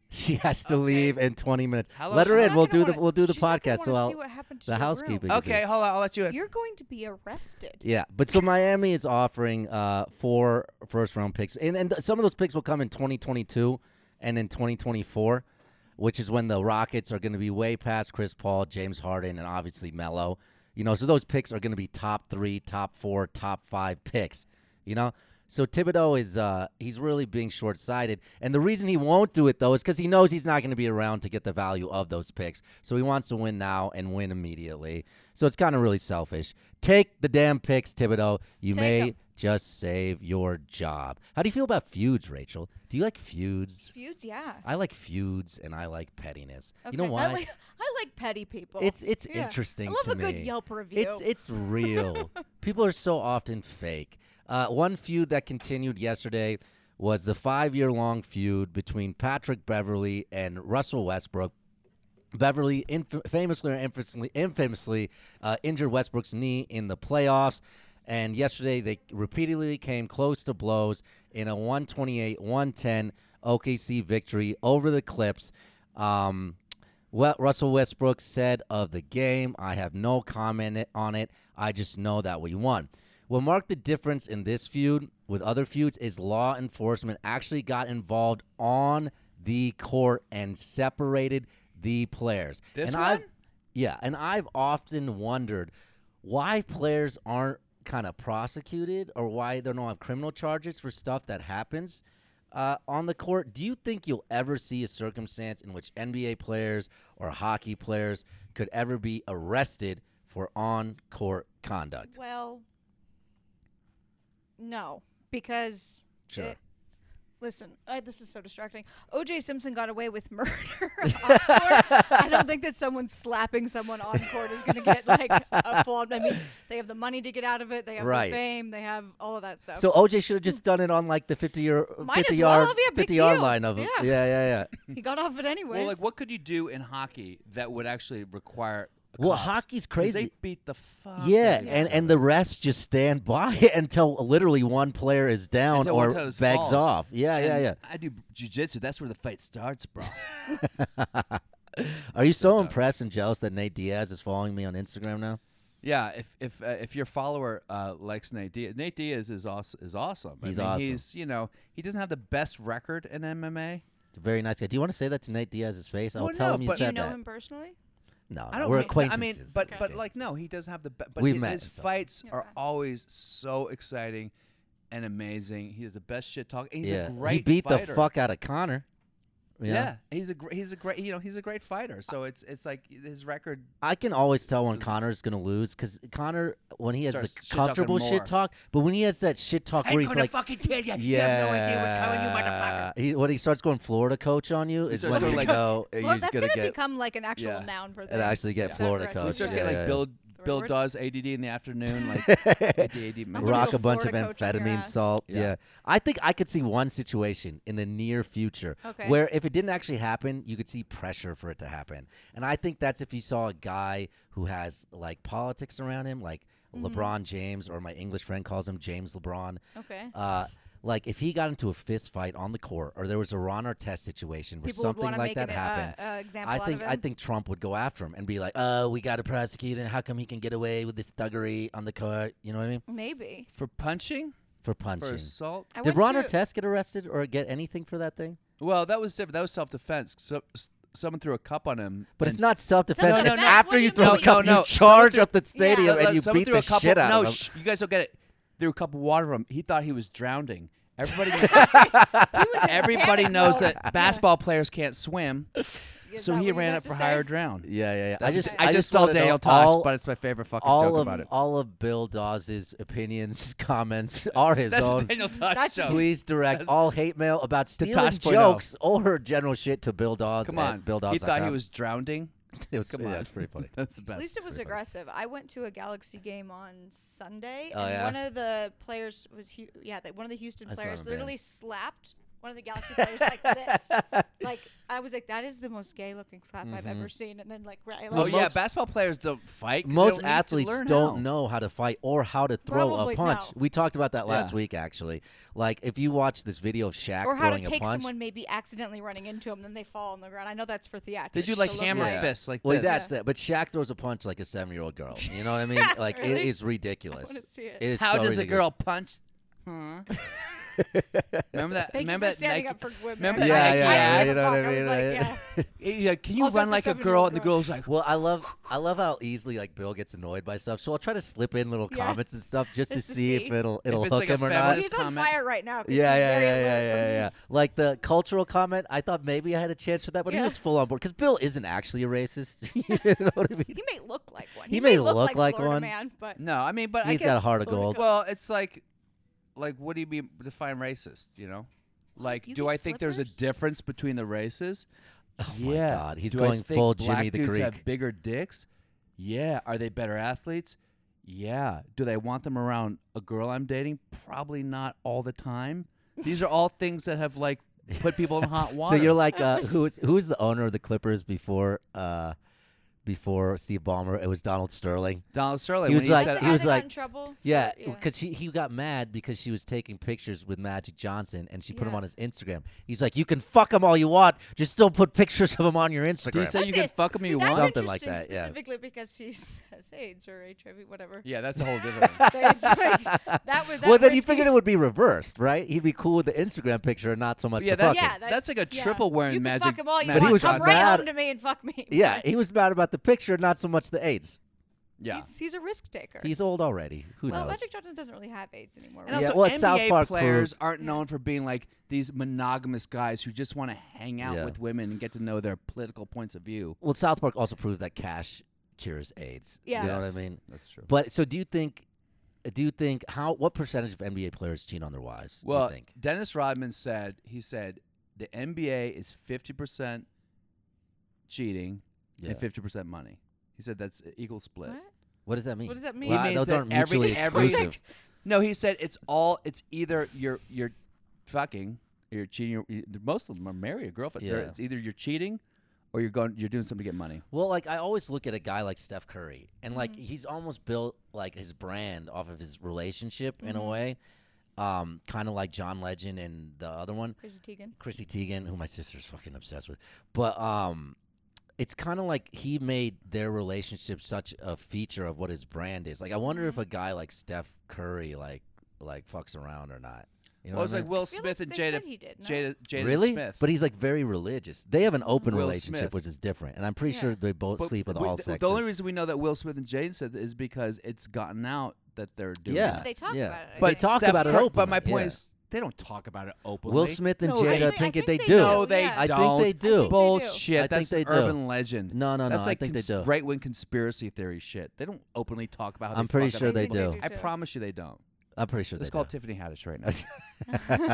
S7: She has to leave in 20 minutes.
S8: How long-
S7: Let her
S8: She's
S7: in.
S9: not
S7: We'll
S9: gonna
S7: do the
S9: wanna-
S7: we'll do the
S9: she's not gonna
S7: podcast.
S9: wanna
S7: well,
S9: see what happened to
S7: the
S9: your room.
S7: housekeeping. is
S8: Okay,
S7: in.
S8: hold on. I'll let you in.
S9: You're going to be arrested.
S7: Yeah, but so Miami is offering uh, four first round picks, and and some of those picks will come in 2022 and in 2024, which is when the Rockets are going to be way past Chris Paul, James Harden, and obviously Melo. You know, so those picks are going to be top three, top four, top five picks. You know, so Thibodeau is uh, he's really being short sighted, and the reason he won't do it though is because he knows he's not going to be around to get the value of those picks. So he wants to win now and win immediately. So it's kind of really selfish. Take the damn picks, Thibodeau. You
S9: Take
S7: may
S9: 'em.
S7: just save your job. How do you feel about feuds, Rachel? Do you like feuds?
S9: Feuds, yeah.
S7: I like feuds and I like pettiness. You know
S9: Okay.
S7: why?
S9: I like, I like petty people.
S7: It's it's
S9: Yeah.
S7: interesting
S9: I love
S7: to
S9: a
S7: me.
S9: good Yelp review.
S7: It's it's real. People are so often fake. Uh, one feud that continued yesterday was the five-year-long feud between Patrick Beverly and Russell Westbrook. Beverly inf- famously or infamously, infamously uh, injured Westbrook's knee in the playoffs. And yesterday, they repeatedly came close to blows in a 128 110 OKC victory over the Clips. Um, well, Russell Westbrook said of the game, I have no comment it- on it. I just know that we won. What marked the difference in this feud with other feuds is law enforcement actually got involved on the court and separated the players.
S8: This
S7: and I've-
S8: one?
S7: yeah, and I've often wondered why players aren't kind of prosecuted or why they don't have criminal charges for stuff that happens uh, on the court. Do you think you'll ever see a circumstance in which NBA players or hockey players could ever be arrested for on court conduct?
S9: Well, no, because
S7: Sure.
S9: it- listen, I, this is so distracting. O.J. Simpson got away with murder on court. I don't think that someone slapping someone on court is going to get like applauded. I mean, they have the money to get out of it. They have
S7: Right.
S9: the fame. They have all of that stuff.
S7: So OJ should have just done it on like the 50 year
S9: Might
S7: 50
S9: as well,
S7: yard
S9: yeah, big
S7: 50 yard
S9: deal.
S7: line of it.
S9: Yeah.
S7: yeah, yeah. yeah.
S9: he got off it anyways.
S8: Well, like, what could you do in hockey that would actually require?
S7: Well,
S8: cops?
S7: hockey's
S8: 'Cause They
S7: crazy.
S8: beat the fuck.
S7: Yeah, and and the rest just stand by it until literally one player is down
S8: Until
S7: or
S8: one toes
S7: bags
S8: falls.
S7: off. Yeah, yeah,
S8: And
S7: yeah.
S8: I do jujitsu. That's where the fight starts, bro.
S7: Are you so impressed and jealous that Nate Diaz is following me on Instagram now?
S8: yeah, if if uh, if your follower uh, likes Nate Diaz, Nate Diaz is awesome. Is awesome. I
S7: He's
S8: mean,
S7: awesome.
S8: He's you know he doesn't have the best record in MMA.
S7: Very nice guy. Do you want to say that to Nate Diaz's face? I'll
S8: Well,
S7: tell
S8: no,
S7: him you
S8: but- Do you
S7: said
S8: know
S7: that. Uh,
S9: him personally?
S7: No,
S8: I
S7: no,
S8: don't
S7: we're
S8: mean- no, I mean,
S7: acquaintances.
S8: but but like no, he does have the best. But
S7: We've
S8: hi-
S7: met
S8: his
S7: and stuff.
S8: fights are always so exciting and amazing. He is the best shit talk. He's
S7: yeah,
S8: a great.
S7: he beat
S8: fighter.
S7: the fuck out of Connor. you
S8: Yeah.
S7: know?
S8: he's a gr- he's a great you know he's a great fighter. So it's it's like his record.
S7: I can always tell when Connor's gonna lose because Connor, when he has
S8: Starts shit
S7: the
S8: talking
S7: comfortable
S8: more.
S7: shit talk, but when he has that shit talk where he's like,
S8: kill
S7: yeah,
S8: motherfucker."
S7: He, when he starts going Florida coach on you, is
S8: starts
S7: when you
S8: going like-
S7: know
S9: Well,
S7: he's
S9: that's
S7: gonna
S9: gonna
S7: get
S9: become like an actual
S8: Yeah.
S9: noun for
S7: and
S9: that.
S7: actually get Florida
S9: correct? He
S7: coach.
S8: He's just
S7: yeah,
S8: getting
S7: yeah,
S8: like
S7: yeah.
S8: Bill Bill
S9: word?
S8: Dawes ADD in the afternoon, like ADD, maybe.
S7: rock a bunch of
S9: Florida coach in your
S7: amphetamine
S9: ass.
S7: salt. Yeah. I think I could see one situation in the near future
S9: Okay.
S7: where if it didn't actually happen, you could see pressure for it to happen. And I think that's if you saw a guy who has like politics around him, like
S9: Mm-hmm.
S7: LeBron James, or my English friend calls him James LeBron.
S9: Okay.
S7: Uh, like if he got into a fist fight on the court, or there was a Ron Artest situation where
S9: People would
S7: something
S9: wanna
S7: like
S9: make
S7: that
S9: an, uh,
S7: happened,
S9: uh, example
S7: I
S9: out of
S7: think I
S9: him.
S7: think Trump would go after him and be like, "Oh, we got to prosecute him. How come he can get away with this thuggery on the court? You know what I mean?"
S9: Maybe.
S8: for punching,
S7: for punching.
S8: assault? I
S7: Did
S8: went
S7: Ron
S8: to-
S7: Artest get arrested or get anything for that thing?
S8: Well, that was different. That was self defense. So s- someone threw a cup on him,
S7: But it's
S8: and-
S7: not self-defense.
S8: No, no,
S7: if
S8: no.
S7: after you throw
S8: No,
S7: a cup,
S8: no, no.
S7: you charge
S8: Someone
S7: up
S8: threw-
S7: the stadium
S8: Look,
S7: and you
S8: someone
S7: beat
S8: threw a
S7: the
S8: cup
S7: shit
S8: on-
S7: out
S8: no,
S7: of him.
S8: sh- you guys don't get it. Threw a cup of water on him. He thought he was drowning. Everybody, everybody
S7: panic
S8: knows
S7: mode.
S8: that basketball players can't swim,
S7: Is
S8: so
S7: that
S8: he
S7: what you
S8: ran
S7: meant
S8: up
S7: to
S8: for
S7: say?
S8: higher drown.
S7: Yeah, yeah, yeah. I
S8: That's-
S7: just,
S8: I just saw
S7: wanna know
S8: Daniel Tosh,
S7: all-
S8: but it's my favorite fucking
S7: all
S8: joke
S7: of,
S8: about it.
S7: All of Bill Dawes' opinions, comments are his
S8: That's
S7: own.
S8: Daniel Tosh That's- joke.
S7: Please direct
S8: That's-
S7: all hate mail about stealing
S8: Tosh point oh.
S7: jokes or general shit to Bill Dawes.
S8: Come on,
S7: at Bill Dawes.
S8: He thought he was drowning.
S7: It was,
S8: Come
S7: yeah,
S8: on,
S7: it's pretty funny.
S8: That's the best.
S9: At least it was aggressive. I went to a Galaxy game on Sunday,
S7: Oh,
S9: and
S7: yeah?
S9: one of the players was Hu- yeah, the, one of the Houston
S7: I saw
S9: players
S7: him, man.
S9: literally slapped one of the Galaxy players like this. Like I was like, that is the most gay looking slap I've ever
S7: Mhm.
S9: seen. And then like, right,
S8: Oh
S9: like,
S8: yeah, basketball players don't fight. 'cause they
S7: Most
S8: don't need to
S7: athletes
S8: learn
S7: don't
S8: how.
S7: know how to fight or how to throw
S9: Probably
S7: a punch.
S9: no.
S7: We talked about that last
S8: Yeah.
S7: week, actually. Like, if you watch this video of Shaq
S9: or how to
S7: throwing
S9: take
S7: a punch,
S9: someone maybe accidentally running into them, then they fall on the ground. I know that's for theatrics.
S8: They do,
S9: to
S8: like,
S9: look
S8: hammer
S9: like-
S8: fists like
S7: well,
S8: this.
S7: that's it. But Shaq throws a punch like a seven-year-old girl. You know what I mean? Like, it
S8: Really?
S7: is ridiculous.
S9: wanna see it.
S7: it is
S8: How
S7: so
S8: does a
S7: ridiculous.
S8: girl punch? Huh? remember that?
S9: Hmm. Thank you
S8: remember
S9: for
S8: that
S9: standing
S8: Nike,
S9: up for women.
S8: Remember
S9: Yeah,
S8: that Nike
S9: yeah, yeah,
S8: ad?
S9: you know what I I mean,
S8: Yeah, can you
S9: Also,
S8: run
S9: it's a
S8: like a girl?
S9: seven-year-old
S8: And the
S9: girl.
S8: girl's like,
S7: Well, I love I love how easily like Bill gets annoyed by stuff. So I'll try to slip in little
S9: Yeah.
S7: comments and stuff just to
S9: Just to
S7: see if
S9: see.
S7: it'll
S8: If
S7: it'll
S8: it's
S7: hook
S8: like a
S7: him or not.
S8: feminist
S9: He's on
S8: comment.
S9: fire right now. 'cause
S7: Yeah,
S9: he's
S7: yeah,
S9: very
S7: yeah,
S9: alert
S7: yeah,
S9: from
S7: yeah, yeah.
S9: these-
S7: Like the cultural comment, I thought maybe I had a chance for that, but he
S9: Yeah.
S7: was full on board because Bill isn't actually a racist. you know what I mean?
S9: He may look like one.
S7: He may look like
S9: Florida
S7: one.
S9: man, but
S8: no, I mean, but I
S7: He's got a
S8: guess-
S7: heart of gold.
S8: Well, it's like, like, what do you mean define racist? You know, like,
S9: You
S8: do
S9: think
S8: I think there's a
S9: slippers?
S8: difference between the races? Oh
S7: my
S8: yeah.
S7: God, he's
S8: do I
S7: going
S8: think
S7: full
S8: black
S7: Jimmy the
S8: dudes Have
S7: Greek.
S8: bigger dicks? Yeah. Are they better athletes? Yeah. Do they want them around a girl I'm dating? Probably not all the time. These are all things that have like put people in hot
S7: So
S8: water.
S7: you're like, uh, who was who was the owner of the Clippers before uh, before Steve Ballmer? It was Donald Sterling.
S8: Donald Sterling.
S7: He
S8: when
S7: was like,
S8: said,
S7: he was
S9: got
S7: like,
S9: in trouble for-
S7: yeah,
S9: yeah.
S7: because he he got mad because she was taking pictures with Magic Johnson and she put him
S9: Yeah.
S7: on his Instagram. He's like, you can fuck him all you want, just don't put pictures of him on your Instagram.
S8: Did he say you can fuck him if
S9: See,
S8: you
S9: that's
S8: want?
S7: Something like
S9: interesting
S7: that, yeah.
S9: Specifically because he has AIDS or HIV, whatever.
S8: Yeah, that's a whole different.
S9: There's, like, that was that
S7: well, then he
S9: risky.
S7: figured it would be reversed, right? He'd be cool with the Instagram picture and not so much
S8: yeah,
S7: the
S8: that's,
S7: fucking.
S9: Yeah,
S8: that's, like a
S9: that's- yeah.
S8: triple wearing
S9: You can
S8: magic.
S9: fuck him all you
S8: magic
S7: But he
S9: want.
S7: was
S9: Come
S8: Johnson.
S9: right
S7: mad-
S9: home to me and fuck me.
S7: Yeah, he was mad about the picture, not so much the AIDS.
S8: Yeah.
S9: He's, he's a risk taker.
S7: He's old already. Who
S9: well,
S7: knows?
S9: Magic Johnson doesn't really have AIDS anymore.
S8: And
S9: right?
S8: also,
S7: Yeah, well,
S8: NBA
S7: it's South Park
S8: players
S7: proved-
S8: aren't known for being like these monogamous guys who just want to hang out
S7: Yeah.
S8: with women and get to know their political points of view.
S7: Well, South Park also proved that cash cures AIDS.
S9: Yeah.
S7: you know
S8: Yes,
S7: what I mean.
S8: that's true.
S7: But so, do you think? Do you think how? What percentage of NBA players cheat on their wives?
S8: Well,
S7: do you think?
S8: Dennis Rodman said he said the NBA is fifty percent cheating
S7: Yeah.
S8: and fifty percent money. He said that's an equal split.
S9: What?
S7: What does that mean?
S9: What does that mean?
S7: Well,
S8: means
S7: those
S8: that
S7: aren't
S8: every-
S7: mutually
S8: every-
S7: exclusive.
S8: No, he said it's all. It's either you're you're fucking, or you're cheating. Or, you- most of them are married, or girlfriend. They're-
S7: Yeah.
S8: It's either you're cheating, or you're going. You're doing something to get money.
S7: Well, like I always look at a guy like Steph Curry, and
S9: Mm-hmm.
S7: like he's almost built like his brand off of his relationship in a
S9: Mm-hmm.
S7: way, um, kind of like John Legend and the other one,
S9: Chrissy Teigen.
S7: Chrissy Teigen, who my sister's fucking obsessed with. But um, it's kind of like he made their relationship such a feature of what his brand is. Like I wonder
S9: Mm-hmm.
S7: if a guy like Steph Curry like like fucks around or not. You know
S8: well,
S7: what
S8: it's
S7: I
S8: like
S7: mean?
S8: Will
S9: feel like
S8: Smith and
S9: they
S8: Jada,
S9: said he did, no?
S8: Jada, Jada
S7: really?
S8: Smith.
S7: But he's like very religious. They have an open
S8: Will
S7: relationship,
S8: Smith.
S7: which is different, and I'm pretty sure they both
S8: But
S7: sleep with
S8: we-
S7: all
S8: the-
S7: sexes.
S8: The only reason we know that Will Smith and Jada Smith is because it's gotten out that they're doing
S7: Yeah.
S8: that.
S9: They talk
S7: Yeah.
S9: about it. I
S7: But
S9: think.
S7: talk
S8: Steph
S7: about it
S8: Cur- But my
S7: openly,
S8: point
S7: yeah.
S8: is, they don't talk about it openly.
S7: Will Smith and
S8: No, they
S7: Jada
S9: I
S8: don't.
S7: think,
S9: think
S7: it they,
S9: they
S7: do.
S9: know,
S8: No, they
S9: yeah.
S7: I
S8: don't.
S7: think they do.
S9: think they do.
S8: Bullshit.
S7: I think
S8: That's
S7: they do.
S8: urban legend.
S7: No, no, no,
S8: That's
S7: I
S8: like
S7: think they do.
S8: Right wing conspiracy theory shit. They don't openly talk about. How
S7: I'm
S8: they
S7: pretty
S8: fuck
S7: sure
S8: other
S7: they
S8: people.
S7: do.
S8: I promise you, they don't.
S7: I'm pretty sure
S8: Let's
S7: they
S8: call
S7: do.
S8: Tiffany Haddish right now.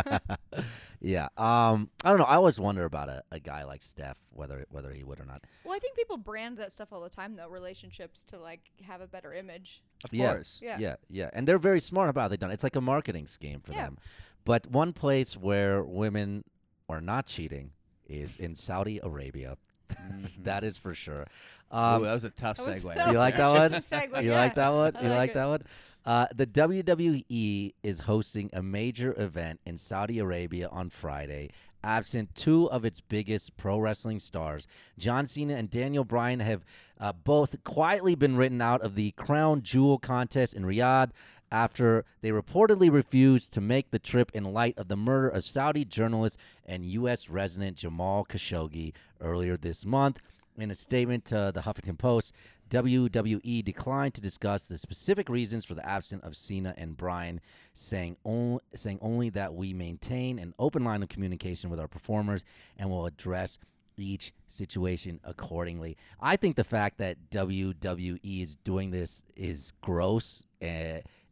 S7: yeah. Um. I don't know. I always wonder about a, a guy like Steph whether whether he would or not.
S9: Well, I think people brand that stuff all the time, though, relationships to like have a better image.
S8: Of
S7: yeah.
S8: course.
S7: Yeah.
S9: Yeah.
S7: Yeah. And they're very smart about how they done. it. It's like a marketing scheme for
S9: Yeah.
S7: them. But one place where women are not cheating is in Saudi Arabia. that is for sure. Um,
S8: Mm-hmm. Ooh, that was a tough
S9: That was-
S8: segue.
S9: that
S7: You like that one?
S9: Interesting segue,
S7: you
S9: yeah.
S7: like that one?
S9: I
S7: You like,
S9: like it.
S7: that one? Uh, the WWE is hosting a major event in Saudi Arabia on Friday. Absent two of its biggest pro wrestling stars, John Cena and Daniel Bryan have uh, both quietly been written out of the Crown Jewel contest in Riyadh after they reportedly refused to make the trip in light of the murder of Saudi journalist and U.S. resident Jamal Khashoggi earlier this month. In a statement to the Huffington Post, WWE declined to discuss the specific reasons for the absence of Cena and Bryan, saying only, saying only that we maintain an open line of communication with our performers and will address each situation accordingly. I think the fact that WWE is doing this is gross, uh,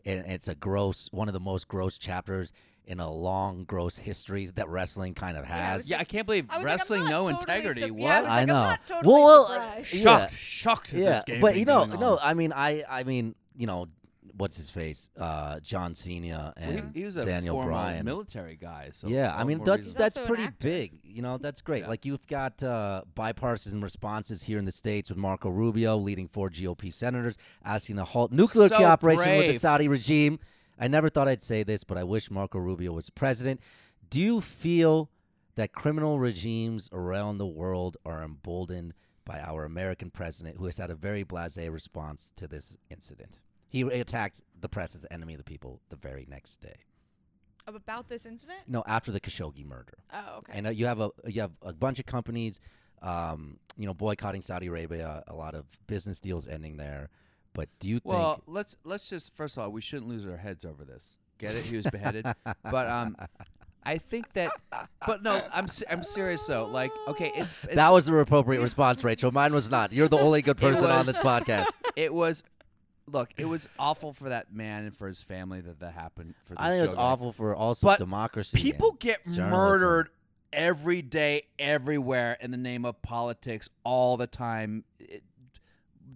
S7: and it's a gross one of the most gross chapters in a long, gross history that wrestling kind of
S9: I
S7: has.
S9: was
S8: Yeah, I can't believe
S9: I was
S8: wrestling
S9: like, I'm
S8: no
S9: not totally
S8: integrity.
S9: sup-
S8: what?
S9: Yeah, I, was like,
S7: I
S9: I'm
S7: know.
S9: not totally
S7: Well, well,
S9: surprised.
S7: Yeah.
S8: shocked, shocked. at this game
S7: but
S8: being
S7: you know,
S8: going
S7: no,
S8: on.
S7: I mean, I, I mean, you know, what's his face, uh, John Cena
S8: Well,
S7: and
S8: he, he was a
S7: Daniel
S8: former
S7: Bryan.
S8: military guy. So
S7: yeah, I
S8: all
S7: mean
S8: more
S7: that's
S8: reason.
S7: that's
S9: also an
S7: pretty
S9: actor.
S7: big. You know, that's great. Like you've got uh, bipartisan responses here in the states with Marco Rubio leading four GOP senators asking to halt nuclear
S8: So
S7: cooperation with the
S8: brave.
S7: Saudi regime. I never thought I'd say this, but I wish Marco Rubio was president. Do you feel that criminal regimes around the world are emboldened by our American president, who has had a very blasé response to this incident? He attacked the press as enemy of the people the very next day.
S9: about this incident.
S7: No, after the Khashoggi murder.
S9: Oh, okay.
S7: Mm. And uh, you have a you have a bunch of companies, um, you know, boycotting Saudi Arabia. A lot of business deals ending there. But do you
S8: Well,
S7: think?
S8: let's let's just first of all, we shouldn't lose our heads over this. Get it? He was beheaded, but um, I think that. But no, I'm se- I'm serious though. Like, okay, it's, it's
S7: That was the appropriate response, Rachel. Mine was not. You're the only good person on
S8: was-
S7: this podcast.
S8: it was. Look, it was awful for that man and for his family that that happened. For
S7: I think
S8: it
S7: it's awful for also
S8: But
S7: democracy. and
S8: People get
S7: journalism.
S8: murdered every day, everywhere, in the name of politics, all the time. It-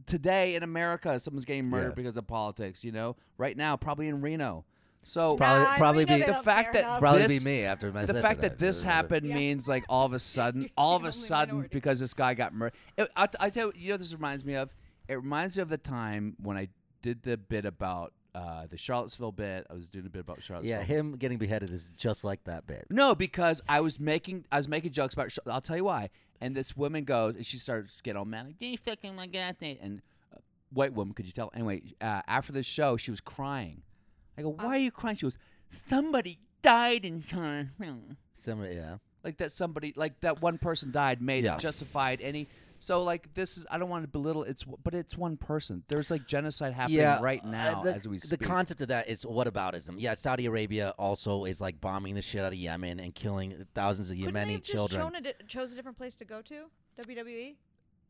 S8: today in America, someone's getting murdered
S7: Yeah.
S8: because of politics. You know, right now, probably in Reno. So
S7: Probably,
S9: I
S7: probably
S9: mean, no,
S7: be
S9: they
S8: the
S9: don't
S8: fact
S9: care
S8: that
S9: enough.
S7: probably
S8: this-
S7: be me after my
S8: the fact that this happened means like all of a sudden, all of a
S9: only
S8: sudden,
S9: minority.
S8: because this guy got murdered. It, I, I tell you, you know, what this reminds me of. It reminds me of the time when I did the bit about uh, the Charlottesville bit. I was doing a bit about Charlottesville.
S7: Yeah, him getting beheaded is just like that bit.
S8: No, because I was making I was making jokes about. Sh- I'll tell you why. And this woman goes and she starts getting all mad like, "Do you fucking like that thing?" And uh, white woman, could you tell? Anyway, uh, after the show, she was crying. I go, "Why are you crying?" She goes, "Somebody died in China."
S7: Similar, yeah.
S8: Like that somebody, like that one person died, made
S7: Yeah.
S8: justified any. So like this is I don't want to belittle it's but it's one person. There's like genocide happening
S7: yeah,
S8: right
S7: uh,
S8: now
S7: the,
S8: as we
S7: the
S8: speak.
S7: concept of that is whataboutism. Yeah, Saudi Arabia also is like bombing the shit out of Yemen and killing thousands of
S9: Couldn't they
S7: Yemeni
S9: have
S7: children.
S9: Just shown a di- chose a different place to go to? WWE.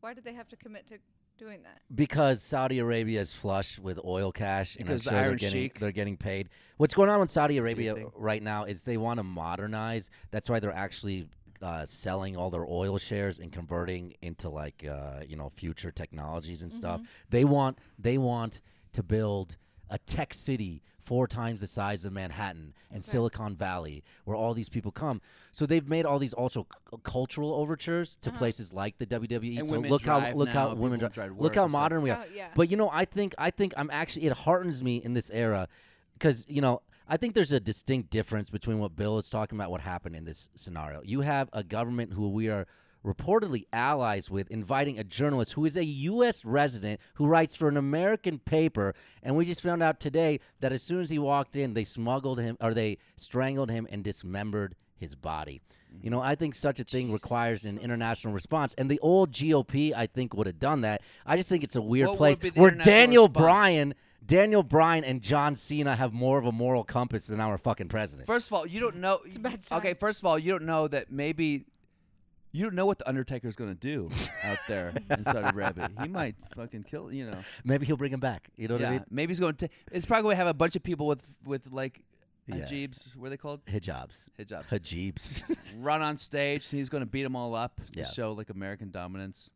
S9: Why did they have to commit to doing that?
S7: Because Saudi Arabia is flush with oil cash, and
S8: Because the
S7: I'm sure they're
S8: Iron
S7: getting
S8: Sheik.
S7: they're getting paid. What's going on with Saudi Arabia
S8: thing.
S7: right now is they want to modernize. That's why they're actually uh, selling all their oil shares and converting into like uh, you know future technologies and stuff.
S8: Mm-hmm.
S7: They want they want to build a tech city four times the size of Manhattan and Silicon Valley, where all these people come. So they've made all these ultra c- cultural overtures
S8: Uh-huh.
S7: to places like the E WWE.
S8: And
S7: so
S8: women
S7: look how
S8: drive
S7: look
S8: now,
S7: how
S8: people
S7: women
S8: drive
S7: drive.
S8: to
S7: Look
S8: work
S7: how
S8: and stuff.
S7: modern we are.
S9: Oh, yeah.
S7: But you know, I think I think I'm actually it heartens me in this era because you know I think there's a distinct difference between what Bill is talking about, what happened in this scenario. You have a government who we are reportedly allies with inviting a journalist who is a U.S. resident who writes for an American paper, and we just found out today that as soon as he walked in, they smuggled him or they strangled him and dismembered his body.
S8: Mm-hmm.
S7: You know, I think such a thing requires an international response, and the old GOP, I think, would have done that. I just think it's a weird
S8: What would
S7: place
S8: be the
S7: where
S8: international
S7: Daniel
S8: response?
S7: Bryan, Daniel Bryan, and John Cena have more of a moral compass than our fucking president.
S8: First of all, you don't know. Okay, first of all, you don't know that maybe you don't know what the Undertaker's going to do out there in Saudi Arabia. He might fucking kill. You know.
S7: Maybe he'll bring him back. You know what
S8: yeah,
S7: I mean?
S8: maybe he's going to. It's probably going to have a bunch of people with with like
S7: Yeah.
S8: hijabs. What are they called?
S7: Hijabs.
S8: Hijabs.
S7: Hijabs.
S8: Run on stage. and He's going to beat them all up
S7: Yeah.
S8: to show like American dominance.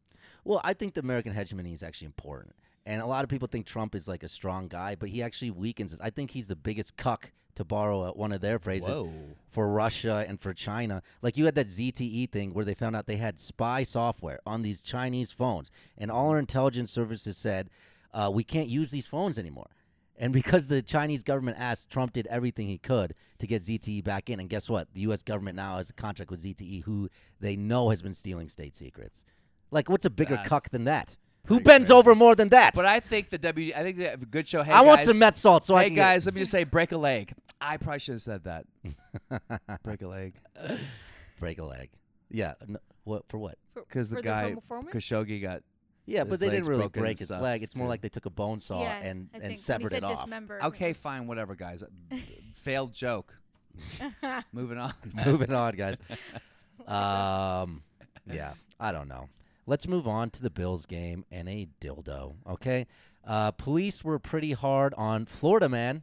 S7: Well, I think the American hegemony is actually important. And a lot of people think Trump is like a strong guy, but he actually weakens it. I think he's the biggest cuck, to borrow uh, one of their phrases,
S8: Whoa.
S7: for Russia and for China. Like you had that ZTE thing where they found out they had spy software on these Chinese phones, and all our intelligence services said, uh, we can't use these phones anymore. And because the Chinese government asked, Trump did everything he could to get ZTE back in. And guess what? The U.S. government now has a contract with ZTE, who they know has been stealing state secrets. Like, what's a bigger cuck than that? Who bends over more than that?
S8: But I think the W. I think they have a good show. Hey,
S7: I want
S8: guys.
S7: some meth salt so I
S8: hey
S7: can get-
S8: guys, let me just say, break a leg. I probably should have said that. break a leg
S7: break a leg. Yeah. n- what for what?
S8: because the
S9: For their
S8: guy
S9: performance?
S8: Khashoggi got.
S7: Yeah, but
S8: his
S7: they
S8: leg's
S7: didn't really
S8: broken and
S7: break his
S8: stuff,
S7: leg. It's more
S8: too.
S7: like they took a bone saw
S9: yeah,
S7: and,
S9: I think. When he
S7: and severed
S9: said
S7: it off.
S9: dismember,
S8: Okay,
S9: it was-
S8: fine, whatever, guys. Failed joke. Moving on.
S7: Moving on, guys. Um, yeah, I don't know. Let's move on to the Bills game and a dildo. Okay, uh, police were pretty hard on Florida man,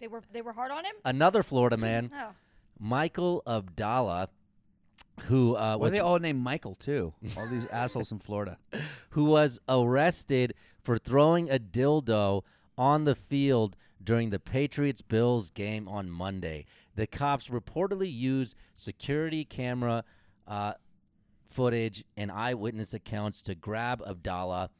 S9: They were they were hard on him.
S7: another Florida man,
S9: Oh,
S7: Michael Abdallah, who uh,
S8: Why are
S7: was
S8: they all named Michael too? All these assholes in Florida.
S7: who was arrested for throwing a dildo on the field during the Patriots Bills game on Monday. The cops reportedly used security camera uh, footage and eyewitness accounts to grab Abdallah.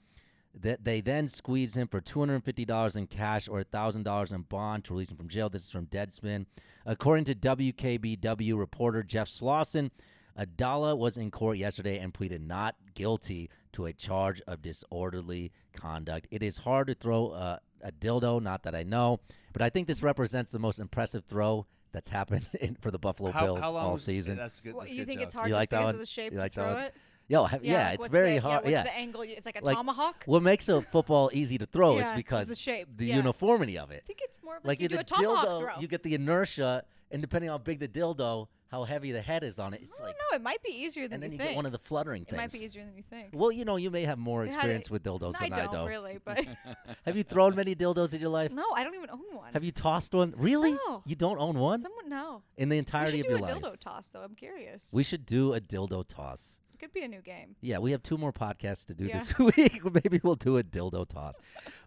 S7: That they then squeezed him for two hundred and fifty dollars in cash or thousand dollars in bond to release him from jail. This is from Deadspin, according to WKBW reporter Jeff Slauson. Adala was in court yesterday and pleaded not guilty to a charge of disorderly conduct. It is hard to throw a, a dildo, not that I know, but I think this represents the most impressive throw that's happened in, for the Buffalo Bills all
S8: was-
S7: season.
S8: That's good.
S9: Well,
S8: that's
S9: you
S8: good
S9: think it's
S8: joke.
S9: hard
S7: You
S9: just
S7: like that
S9: because
S7: one?
S9: of the shape
S7: You
S9: to
S7: like that
S9: throw
S7: one?
S9: it?
S7: Yo, ha- yeah,
S9: like,
S7: it's
S9: what's
S7: very
S9: the,
S7: hard.
S9: Yeah,
S7: Yeah,
S9: what's the angle? It's like a
S7: Like,
S9: tomahawk.
S7: What makes a football easy to throw
S9: Yeah,
S7: is
S9: 'cause
S7: because
S9: the shape,
S7: the
S9: yeah.
S7: uniformity of it.
S9: I think it's more of
S7: like
S9: like, you
S7: in
S9: do
S7: the
S9: a tomahawk
S7: dildo,
S9: throw.
S7: you get the inertia, and depending on how big the dildo, how heavy the head is on it, it's
S9: I
S7: like,
S9: don't know. It might be easier than
S7: and then you
S9: think.
S7: get one of the fluttering
S9: it
S7: things.
S9: might be easier than you think.
S7: Well, you know, you may have more
S9: It had
S7: experience
S9: it-
S7: with dildos
S9: I
S7: than I
S9: don't
S7: do.
S9: really, but
S7: Have you thrown many dildos in your life?
S9: no, I don't even own one.
S7: Have you tossed one? Really?
S9: No.
S7: You don't own one
S9: Someone no.
S7: in the
S9: We
S7: entirety
S9: should
S7: of your
S9: do a
S7: life.
S9: dildo toss though. I'm curious.
S7: We should do a dildo toss.
S9: it could be a new game.
S7: Yeah, we have two more podcasts to do
S9: Yeah.
S7: this week. Maybe we'll do a dildo toss.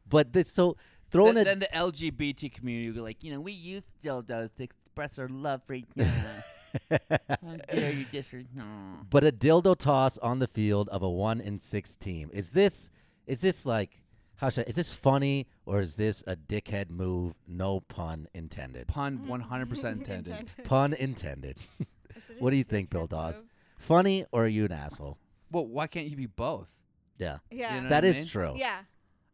S7: But this so throwing
S8: Then,
S7: a
S8: then the LGBT community will be like, you know, we use dildos to express our love for each other. How dare you just no.
S7: but a dildo toss on the field of a one in six team. Is this is this like how should I, is this funny or is this a dickhead move? No pun intended.
S8: Pun 100% intended.
S7: Pun intended. what do you think, Bill Dawes? Funny or are you an asshole?
S8: well, why can't you be both?
S7: Yeah.
S9: Yeah.
S8: You know
S7: that
S8: what I
S7: is
S8: mean?
S7: true.
S9: Yeah.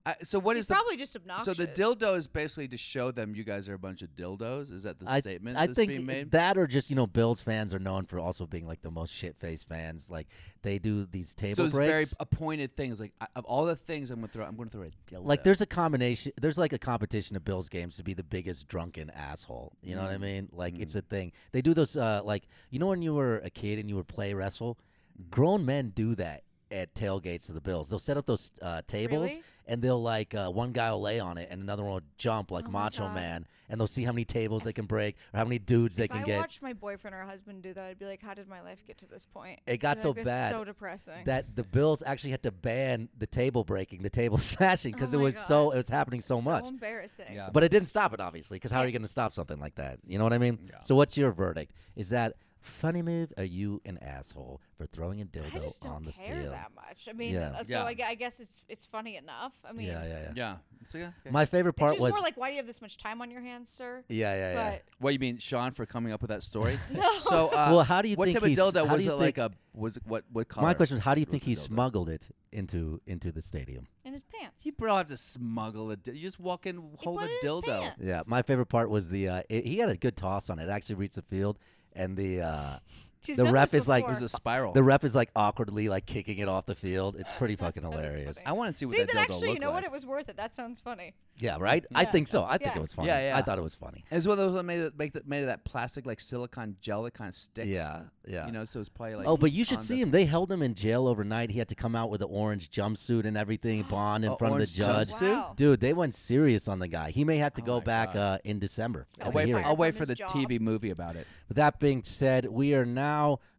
S8: I, so what is
S9: He's
S8: the
S9: probably just
S8: So the
S9: obnoxious.
S8: dildo is basically to show them you guys are a bunch of dildos. Is that the
S7: I,
S8: statement
S7: I
S8: that's
S7: think
S8: being made?
S7: that or just you know Bills fans are known for also being like the most shit faced fans. Like they do these table
S8: so it's
S7: breaks.
S8: very appointed things. Like I, of all the things I'm gonna throw, I'm gonna throw a dildo.
S7: like there's a combination there's like a competition of bills games to be the biggest drunken asshole you know what i
S8: Mm.
S7: mean like it's a thing they do those uh like you know when you were a kid and you would play wrestle
S8: Mm-hmm.
S7: grown men do that at tailgates of the bills they'll set up those uh, tables
S9: Really?
S7: and they'll like uh, one guy will lay on it and another one will jump like
S9: Oh my
S7: macho
S9: God.
S7: man and they'll see how many tables they can break or how many dudes they
S9: if
S7: can
S9: I
S7: get
S9: watched my boyfriend or husband do that, I'd be like, "How did my life get to this point?"
S7: it got
S9: I'd be
S7: so
S9: like, "This is
S7: bad
S9: so depressing.
S7: that the Bills actually had to ban the table breaking, the table smashing, because
S9: Oh
S7: it
S9: my
S7: was so it was happening so much.
S9: embarrassing. Yeah.
S7: But it didn't stop it, obviously, because how are you going to stop something like that? You know what I mean? So what's your verdict? Is that funny move? Are you an asshole for throwing a dildo
S9: I just
S7: on
S9: don't
S7: the
S9: care
S7: field?
S9: that much. I mean,
S7: Yeah.
S9: uh, so
S7: Yeah.
S9: I, gu- I guess it's it's funny enough. I mean,
S7: yeah, yeah, yeah.
S8: Yeah. So yeah. okay.
S7: My favorite part
S9: it's just
S7: was
S9: more like, why do you have this much time on your hands, sir?
S7: Yeah, yeah, yeah.
S9: But
S8: What you mean, Sean, for coming up with that story?
S9: No.
S8: So, uh,
S7: Well, how do you
S8: what
S7: think
S8: type of
S7: he's-
S8: dildo
S7: how do
S8: was
S7: you
S8: it? Like a
S7: think-
S8: was it what what color?
S7: my question was how do you
S8: was
S7: think
S8: the
S7: he
S8: dildo?
S7: smuggled it into into the stadium?
S9: in his pants.
S8: You probably have to smuggle a. di- You just walk in, hold
S9: put it
S8: a
S9: in his
S8: dildo.
S9: pants.
S7: Yeah, my favorite part was the uh, it, he had a good toss on it. It Actually, reached the field, and the uh,
S9: He's
S7: the
S9: done
S7: ref
S9: this
S7: is like
S9: before. There's a
S8: spiral.
S7: The ref is like awkwardly like kicking it off the field. It's pretty fucking hilarious.
S8: I want to see what
S9: See,
S8: that
S9: then
S8: dildo
S9: actually, you
S8: looked
S9: know
S8: like.
S9: what? It was worth it. That sounds funny.
S7: Yeah, right. I
S9: Yeah.
S7: think so. I think
S9: Yeah.
S7: it was funny.
S8: Yeah, yeah.
S7: I thought it was funny.
S8: It's one of those that made it, make that made of that plastic like silicon gel that kind of sticks.
S7: Yeah, yeah.
S8: You know, so it's probably like.
S7: oh, but you should
S8: on
S7: see
S8: the-
S7: him. They held him in jail overnight. He had to come out with an orange jumpsuit and everything, bond in
S8: A
S7: front of the
S8: orange
S7: judge.
S8: jumpsuit? Wow. Oh
S7: Dude, they went serious on the guy. He may have to go back uh, in December. at
S8: I'll
S7: the
S8: wait, for,
S7: hearing.
S8: I'll wait for
S9: his
S8: the
S9: job.
S8: TV movie about it.
S7: With that being said, we are now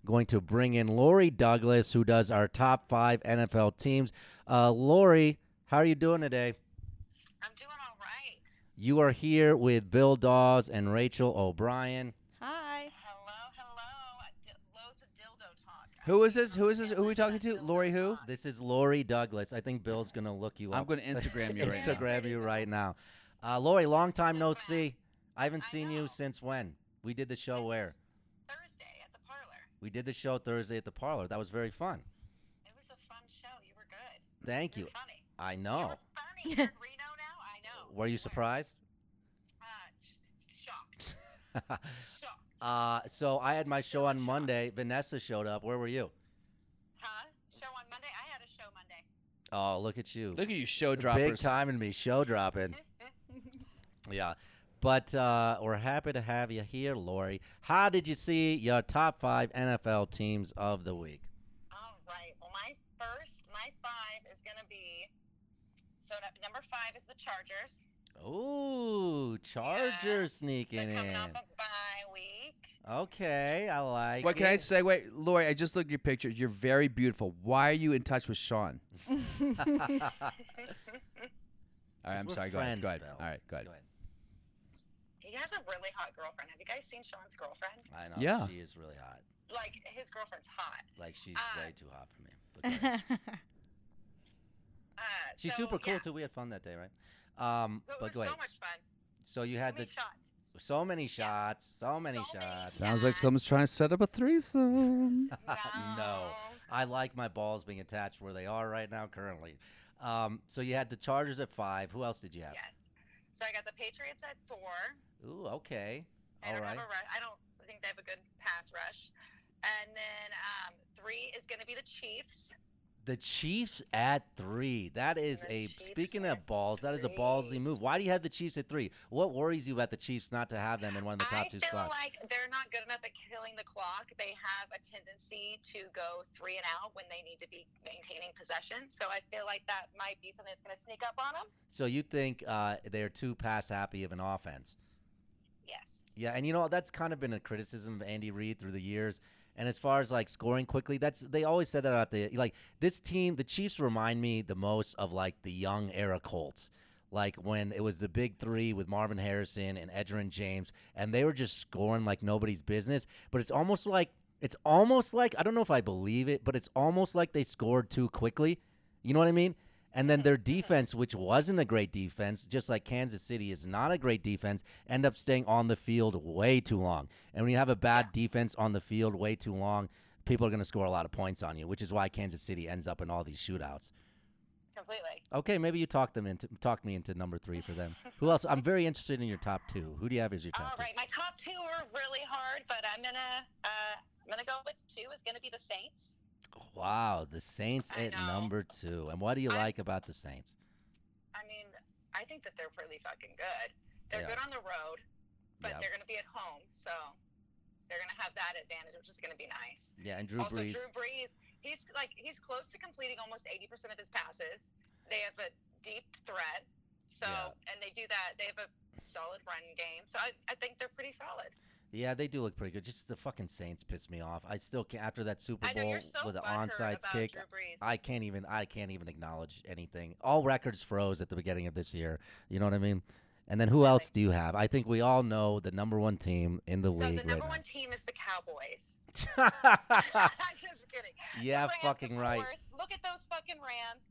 S7: going to bring in Lori Douglas, who does our top five NFL teams. Uh, Lori, how are you doing today? I'm doing all right. You are here with Bill Dawes and Rachel O'Brien.
S9: Hi.
S8: Who is this? Who is this? Who are we talking to? Lori who?
S7: This is Lori Douglas. I think Bill's going to look you up.
S8: I'm going to Instagram you right now.
S7: Instagram you right now. Uh, Lori, long time no see. I haven't seen you since when? We did the show where? Thursday at the parlor. We did the show Thursday at the parlor. That was very fun. It was a fun show. You were good. Thank you. funny. I know. You were funny. Reno now. I know. Were you surprised? Uh, shocked. shocked. Uh, so I had my show on Monday. Vanessa showed up. Where were you? Huh? Show on Monday. I had a show Monday. Oh, look at you.
S8: Look at you, show
S7: Big
S8: droppers.
S7: time in me, show dropping. yeah. But uh, we're happy to have you here, Lori. How did you see your top five NFL teams of the week?
S13: All right. Well, my first, my five is going to be. So n- number five is the Chargers.
S7: Ooh, Chargers sneaking in. Okay, I like
S8: What can I
S7: it.
S8: say? Wait, Lori, I just looked at your picture. You're very beautiful. Why are you in touch with Sean? All right, I'm
S7: We're
S8: sorry. Go ahead.
S7: friends,
S8: Go ahead.
S7: Bill.
S8: All right, go ahead.
S13: He has a really hot girlfriend. Have you guys seen Sean's girlfriend?
S7: I know,
S8: Yeah.
S7: she is really hot.
S13: Like his girlfriend's hot.
S7: Like, she's
S13: Uh,
S7: way too hot for me. But go ahead.
S13: Uh,
S7: she's
S13: so,
S7: super cool,
S13: yeah.
S7: too. We had fun that day, right? Um,
S13: It
S7: but
S13: was
S7: go ahead.
S13: so much fun.
S7: So you had
S13: Many
S7: the
S13: shots.
S7: so many shots, so many shots.
S8: Sounds like someone's trying to set up a threesome.
S7: no. I like my balls being attached where they are right now currently. Um, so you had the Chargers at five. Who else did you have?
S13: Yes. So I got the Patriots at four.
S7: Ooh, okay.
S13: I
S7: All
S13: don't
S7: right.
S13: have a rush. I don't think they have a good pass rush. And then um, three is going to be the Chiefs.
S7: The Chiefs at three. That is
S13: The
S7: a
S13: Chiefs
S7: speaking of balls, that is a ballsy move. Why do you have the Chiefs at three? What worries you about the Chiefs not to have them in one of the top
S13: I
S7: two
S13: feel
S7: spots?
S13: like they're not good enough at killing the clock. They have a tendency to go three and out when they need to be maintaining possession. So I feel like that might be something that's going to sneak up on them.
S7: so you think uh, they're too pass happy of an offense?
S13: Yes.
S7: Yeah, and you know that's kind of been a criticism of Andy Reid through the years. And as far as like scoring quickly, that's they always said that about the like this team. The Chiefs remind me the most of like the young era Colts, like when it was the big three with Marvin Harrison and Edgerrin James, and they were just scoring like nobody's business. But it's almost like it's almost like I don't know if I believe it, but it's almost like they scored too quickly. You know what I mean? And then their defense, which wasn't a great defense, just like Kansas City is not a great defense, end up staying on the field way too long. And when you have a bad defense on the field way too long, people are going to score a lot of points on you, which is why Kansas City ends up in all these shootouts.
S13: completely.
S7: Okay, maybe you talked them into talked me into number three for them. Who else? I'm very interested in your top two. Who do you have as your top?
S13: All right, my top two are really hard, but I'm gonna uh, I'm gonna go with two is gonna be the Saints.
S7: Wow, the Saints at number two. And what do you like about the Saints?
S13: I mean, I think that they're really fucking good. They're
S7: They
S13: good
S7: are.
S13: on the road, but
S7: Yeah.
S13: they're going to be at home, so they're going to have that advantage, which is going to be nice.
S7: Yeah, and Drew
S13: also,
S7: Brees.
S13: Drew Brees, he's like he's close to completing almost eighty percent of his passes. They have a deep threat, so and they do that. They have a solid run game, so I, I think they're pretty solid.
S7: Yeah, they do look pretty good. Just the fucking Saints piss me off. I still can't after that Super
S13: I know,
S7: Bowl
S13: you're so
S7: with the
S13: butthurt
S7: onside
S13: about
S7: kick.
S13: Drew Brees.
S7: I can't even. I can't even acknowledge anything. All records froze at the beginning of this year. You know what I mean? And then who else do you have? I think we all know the number one team in the
S13: So
S7: league
S13: the number
S7: right
S13: one team is the Cowboys.
S7: now.
S13: Just kidding.
S7: Yeah,
S13: the Rams,
S7: fucking
S13: of
S7: right.
S13: course. Look at those fucking Rams.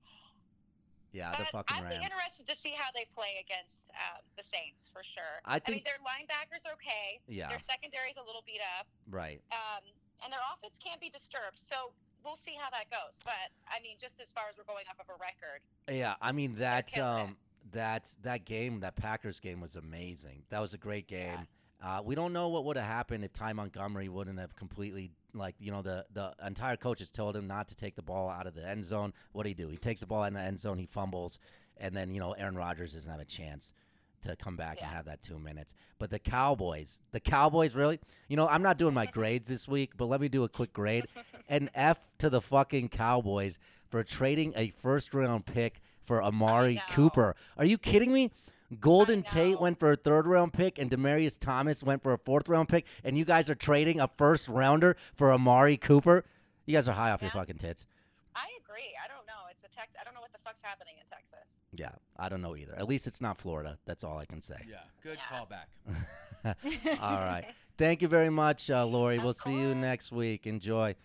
S7: yeah, the fucking
S13: I'd be
S7: Rams.
S13: interested to see how they play against um, the Saints for sure. I
S7: I
S13: mean,
S7: think-
S13: their linebackers are okay.
S7: Yeah.
S13: Their secondary's a little beat up,
S7: Right.
S13: um, and their offense can't be disturbed. So we'll see how that goes. But I mean, just as far as we're going off of a record,
S7: Yeah, I mean that um that that game, that Packers game was amazing. That was a great game. Uh, we don't know what would have happened if Ty Montgomery wouldn't have completely like you know the the entire coaches told him not to take the ball out of the end zone. What do he do? He takes the ball in the end zone, he fumbles, and then you know Aaron Rodgers doesn't have a chance to come back and have that two minutes. But the Cowboys, the Cowboys really, you know, I'm not doing my grades this week, but let me do a quick grade. An F to the fucking Cowboys for trading a first round pick for Amari Cooper. Are you kidding me? Golden Tate went for a third round pick and Demarius Thomas went for a fourth round pick, and you guys are trading a first rounder for Amari Cooper? You guys are high off your fucking tits.
S13: I agree. I don't know. It's a tex- I don't know what the fuck's happening in Texas.
S7: Yeah, I don't know either. At least it's not Florida. That's all I can say.
S8: Yeah, good callback.
S7: All right. Thank you very much, uh, Lori. we'll see you next week. Enjoy.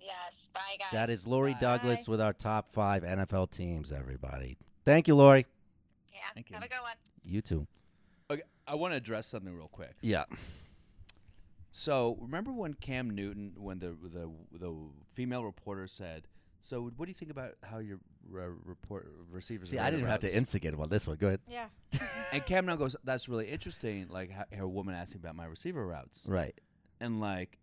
S13: Yes. Bye, guys.
S7: That is Lori Douglas with our top five NFL teams, everybody. Thank you, Lori.
S13: Yeah.
S8: Thank
S13: Have a good one.
S7: You too.
S8: Okay, I want to address something real quick.
S7: Yeah.
S8: So remember when Cam Newton, when the the the female reporter said, "So what do you think about how your re- report receivers?"
S7: See,
S8: are
S7: I didn't
S8: running
S7: have to
S8: routes?"
S7: instigate about this one. Go ahead.
S9: Yeah.
S8: and Cam now goes, "That's really interesting." Like ha- her woman asking about my receiver routes,
S7: Right.
S8: And like,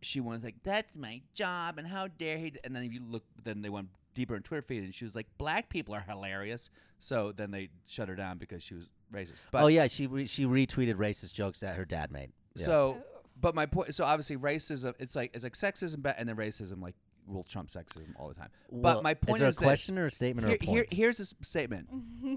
S8: she was like, "That's my job," and how dare he? d-" And then if you look, then they went deeper in Twitter feed, and she was like, "Black people are hilarious." So then they shut her down because she was racist. But
S7: oh yeah, she re- she retweeted racist jokes that her dad made. Yeah.
S8: So, but my point. So obviously, racism. It's like it's like sexism, but and then racism like will trump sexism all the time.
S7: Well,
S8: but my
S7: is
S8: point
S7: there a
S8: is, this.
S7: question or a statement or a
S8: Here- here-
S7: point?
S8: here's a s- statement.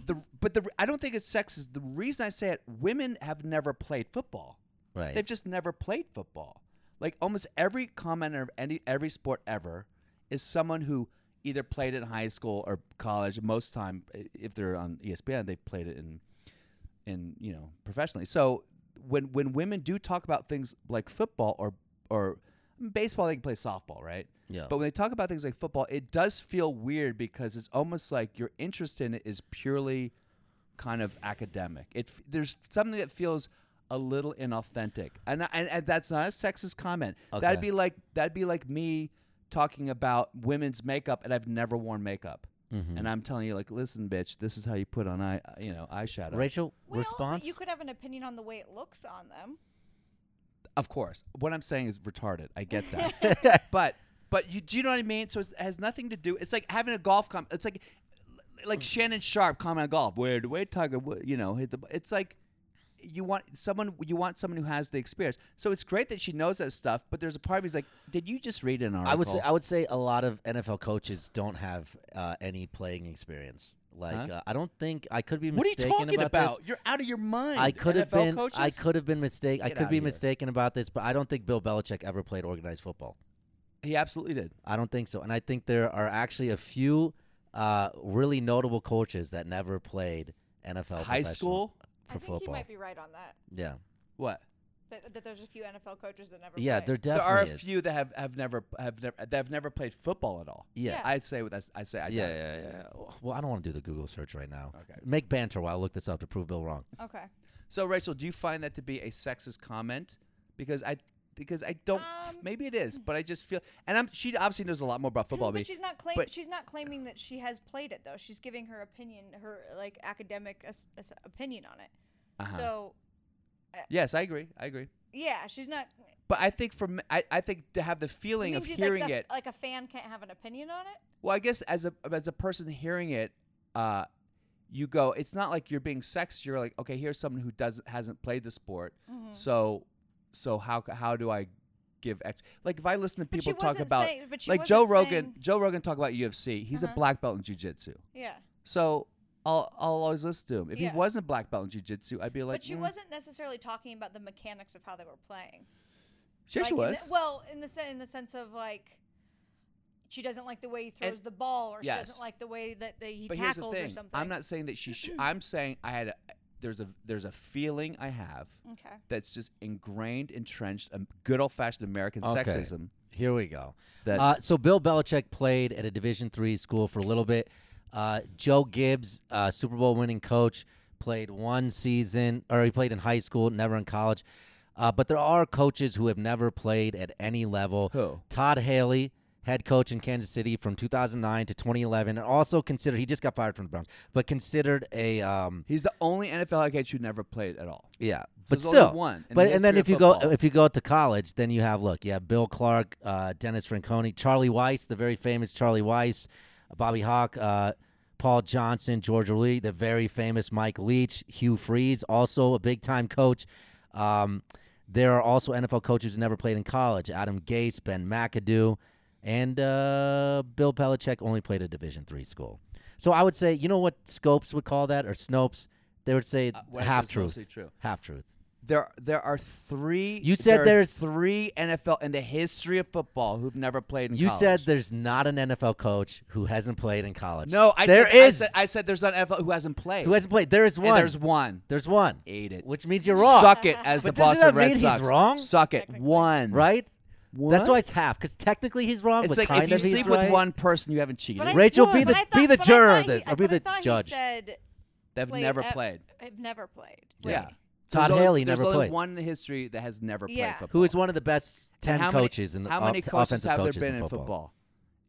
S8: the, but the I don't think it's sexist. The reason I say it, women have never played football.
S7: Right.
S8: They've just never played football. Like almost every commenter of any every sport ever is someone who either played it in high school or college. Most time, i- if they're on E ESPN, they played it in in you know professionally. So when when women do talk about things like football or or baseball, they can play softball, right?
S7: Yeah.
S8: But when they talk about things like football, it does feel weird because it's almost like your interest in it is purely kind of academic. It f- there's something that feels a little inauthentic, and and, and that's not a sexist comment. That'd
S7: Okay.
S8: be like that'd be like me talking about women's makeup, and I've never worn makeup.
S7: Mhm.
S8: And I'm telling you, like, listen, bitch, this is how you put on eye, you know, eyeshadow.
S7: Rachel,
S9: Well, but you could have an opinion on the way it looks on them.
S8: Of course. What I'm saying is retarded. I get that. but but you do you know what I mean? So it's, it has nothing to do. It's like having a golf com. It's like like Shannon Sharp comment on golf. Where the way Tiger, Wo- you know, hit the. b-" It's like you want someone you want someone who has the experience. So it's great that she knows that stuff. But there's a part of me's like, did you just read an article?
S7: I would say I would say a lot of NFL coaches don't have uh, any playing experience. Like
S8: Huh?
S7: uh, I don't think I could be
S8: What are you
S7: mistaken
S8: talking
S7: about,
S8: about?
S7: this.
S8: You're out of your mind.
S7: I could have
S8: NFL
S7: been I
S8: coaches?
S7: could have been mistaken. I
S8: Get
S7: could
S8: outta
S7: be
S8: here.
S7: mistaken about this, but I don't think Bill Belichick ever played organized football.
S8: He absolutely did.
S7: I don't think so. And I think there are actually a few uh, really notable coaches that never played NFL
S8: High
S7: professional- for
S8: school?
S9: I think he
S7: football.
S9: might be right on that.
S7: yeah.
S8: What?
S9: That, that there's a few NFL coaches that never.
S7: Yeah,
S9: play.
S7: there
S8: There are a
S7: definitely is.
S8: few that have, have never have never that have never played football at all.
S7: Yeah. Yeah.
S8: I'd say that's I say I
S7: Yeah,
S8: doubt it.
S7: yeah, yeah. Well, I don't want to do the Google search right now. Okay. Make banter while I look this up to prove Bill wrong.
S9: Okay.
S8: So, Rachel, do you find that to be a sexist comment? Because I because I don't.
S9: Um,
S8: maybe it is, but I just feel. And I'm. She obviously knows a lot more about football. than me,
S9: But she's not claim-
S8: but-
S9: she's not claiming that she has played it though. She's giving her opinion, her like academic as- as- opinion on it.
S8: Uh-huh.
S9: So uh,
S8: Yes, I agree. I agree.
S9: yeah, she's not
S8: But I think from I, I think to have the
S9: you
S8: feeling
S9: mean
S8: of
S9: she-
S8: hearing
S9: like the f-
S8: it.
S9: like a fan can't have an opinion on it.
S8: Well, I guess as a as a person hearing it, uh, you go. It's not like you're being sexist. You're like, okay, here's someone who doesn't hasn't played the sport.
S9: Mhm.
S8: So, so how c- how do I give ex- like if I listen to
S9: But she
S8: people talk
S9: wasn't
S8: about
S9: saying- but she
S8: like Joe
S9: wasn't
S8: Rogan.
S9: saying-
S8: Joe Rogan talk about UFC. He's
S9: Uh-huh.
S8: a black belt in jujitsu.
S9: Yeah.
S8: So I'll I'll always listen to him. If
S9: Yeah.
S8: he wasn't black belt in jujitsu, I'd be like,
S9: but she
S8: "Mm."
S9: wasn't necessarily talking about the mechanics of how they were playing.
S8: Sure,
S9: Like,
S8: she
S9: in the-
S8: was.
S9: well, in the sen- in the sense of like, she doesn't like the way he throws the ball, or she
S8: yes.
S9: doesn't like the way that they, he
S8: but here's the
S9: tackles or
S8: thing.
S9: something.
S8: I'm not saying that she. Sh- I'm saying I had a there's a there's a feeling I have
S9: Okay.
S8: that's just ingrained, entrenched, um, good old fashioned American
S7: Okay.
S8: sexism.
S7: Here we go.
S8: That-
S7: uh, so Bill Belichick played at a Division three school for a little bit. Uh, Joe Gibbs, uh, Super Bowl winning coach, played one season, or he played in high school, never in college. Uh, but there are coaches who have never played at any level.
S8: Who?
S7: Todd Haley, head coach in Kansas City from 2009 to 2011, and also considered he just got fired from the Browns, but considered a um,
S8: He's the only NFL head coach who never played at all.
S7: yeah,
S8: So
S7: but
S8: there's only
S7: still,
S8: one in
S7: but
S8: the
S7: and then
S8: history
S7: if
S8: of
S7: you go
S8: football.
S7: if you go to college, then you have look, you have Bill Clark, uh, Dennis Franconi, Charlie Weiss, the very famous Charlie Weiss, Bobby Hawk, uh, Paul Johnson, George Lee, the very famous Mike Leach, Hugh Freeze, also a big time coach. Um, there are also NFL coaches who never played in college: Adam Gase, Ben McAdoo, and uh, Bill Belichick only played at Division three school. So I would say, you know what Scopes would call that, or Snopes? They would say
S8: Uh, what I said
S7: half
S8: is mostly
S7: truth.
S8: true.
S7: Half truth.
S8: There there are three.
S7: You said
S8: there are
S7: there's-
S8: three NFL in the history of football who've never played in
S7: You
S8: college.
S7: said there's not an NFL coach who hasn't played in college.
S8: no. I
S7: there
S8: said, I
S7: is.
S8: said, I said there's an NFL who hasn't played.
S7: who hasn't played? There is
S8: And
S7: one.
S8: there's one.
S7: There's one.
S8: Ate it.
S7: Which means you're wrong.
S8: Suck it, as
S7: But
S8: the
S7: doesn't
S8: Boston
S7: that
S8: Red
S7: mean
S8: Sox.
S7: He's wrong.
S8: Suck it. One.
S7: Right. That's
S8: One?
S7: why it's half. Because technically he's wrong.
S8: It's
S7: but
S8: like
S7: kind
S8: if you
S7: of he's
S8: sleep with
S7: right.
S8: one person, you haven't cheated.
S9: I-
S7: Rachel,
S9: Well,
S7: be
S9: but
S7: the
S9: I
S7: be
S9: thought-
S7: the
S9: but I
S7: juror
S9: thought
S7: of
S9: he-
S7: this.
S9: I-
S7: Or be
S9: but I
S7: the
S9: thought he
S7: judge.
S9: said
S8: They've
S9: played
S8: never
S9: at-
S8: played.
S9: I've never played.
S7: Yeah.
S8: So
S7: Todd
S8: there's only-
S7: Haley never
S8: There's only
S7: played.
S8: one in history that has never played
S9: Yeah.
S8: football.
S7: Who is one of the best ten
S8: and how many-
S7: coaches and
S8: how many
S7: off-
S8: coaches
S7: offensive
S8: have
S7: coaches
S8: there been
S7: in
S8: in football?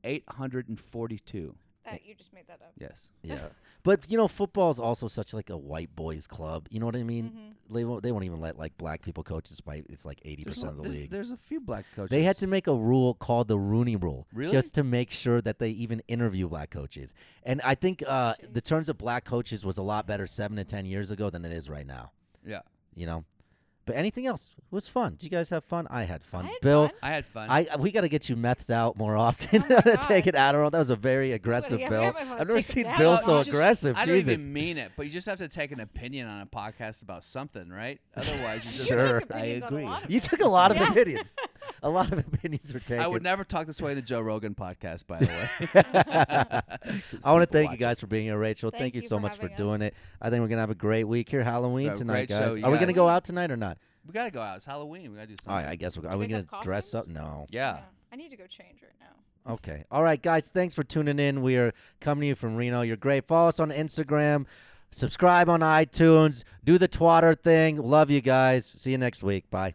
S8: Eight hundred and forty-two.
S9: That you just made that up.
S8: Yes.
S7: Yeah. But you know, football is also such like a white boys club. You know what I mean? They won't. They won't even let like black people coach, despite it's like eighty
S8: There's,
S7: percent of the
S8: there's-
S7: league.
S8: there's a few black coaches.
S7: They had to make a rule called the Rooney Rule,
S8: Really?
S7: just to make sure that they even interview black coaches. And I think uh, the terms of black coaches was a lot better seven to ten years ago than it is right now.
S8: Yeah.
S7: You know. But anything else it was fun. Did you guys have fun? I had fun.
S9: I had
S7: Bill,
S9: fun. Oh,
S8: I had fun.
S7: I we got to get you methed out more often. I'm gonna take an Adderall. That was a very aggressive
S9: yeah, we
S7: Bill.
S9: might wanna
S7: I've never
S9: take a
S7: seen
S9: nap.
S7: Bill
S9: Well,
S7: so
S8: Oh, You just-
S7: aggressive.
S8: I don't
S7: Jesus.
S8: even mean it, but you just have to take an opinion on a podcast about something, right? Otherwise, you just
S7: sure,
S9: I opinions on a agree. lot of
S7: You took a lot of opinions. A lot of opinions were taken.
S8: I would never talk this way in the Joe Rogan podcast, by the way.
S7: I want to thank you guys for being here, Rachel. Thank,
S9: Thank
S7: you
S9: you
S7: so
S9: for
S7: much for
S9: having
S7: doing it. I think we're gonna have a great week here, Halloween
S8: Yeah,
S7: tonight,
S8: great show,
S7: guys.
S8: you
S7: Are we gonna
S8: guys.
S7: go out tonight or not?
S8: We gotta go out. It's Halloween. We gotta do something.
S7: All right, I guess we're. Are we
S9: guys
S7: gonna
S9: have
S7: dress up?
S9: costumes?
S7: No.
S8: yeah.
S9: I need to go change right now.
S7: Okay. All right, guys. Thanks for tuning in. We are coming to you from Reno. You're great. Follow us on Instagram. Subscribe on iTunes. Do the twatter thing. Love you guys. See you next week. Bye.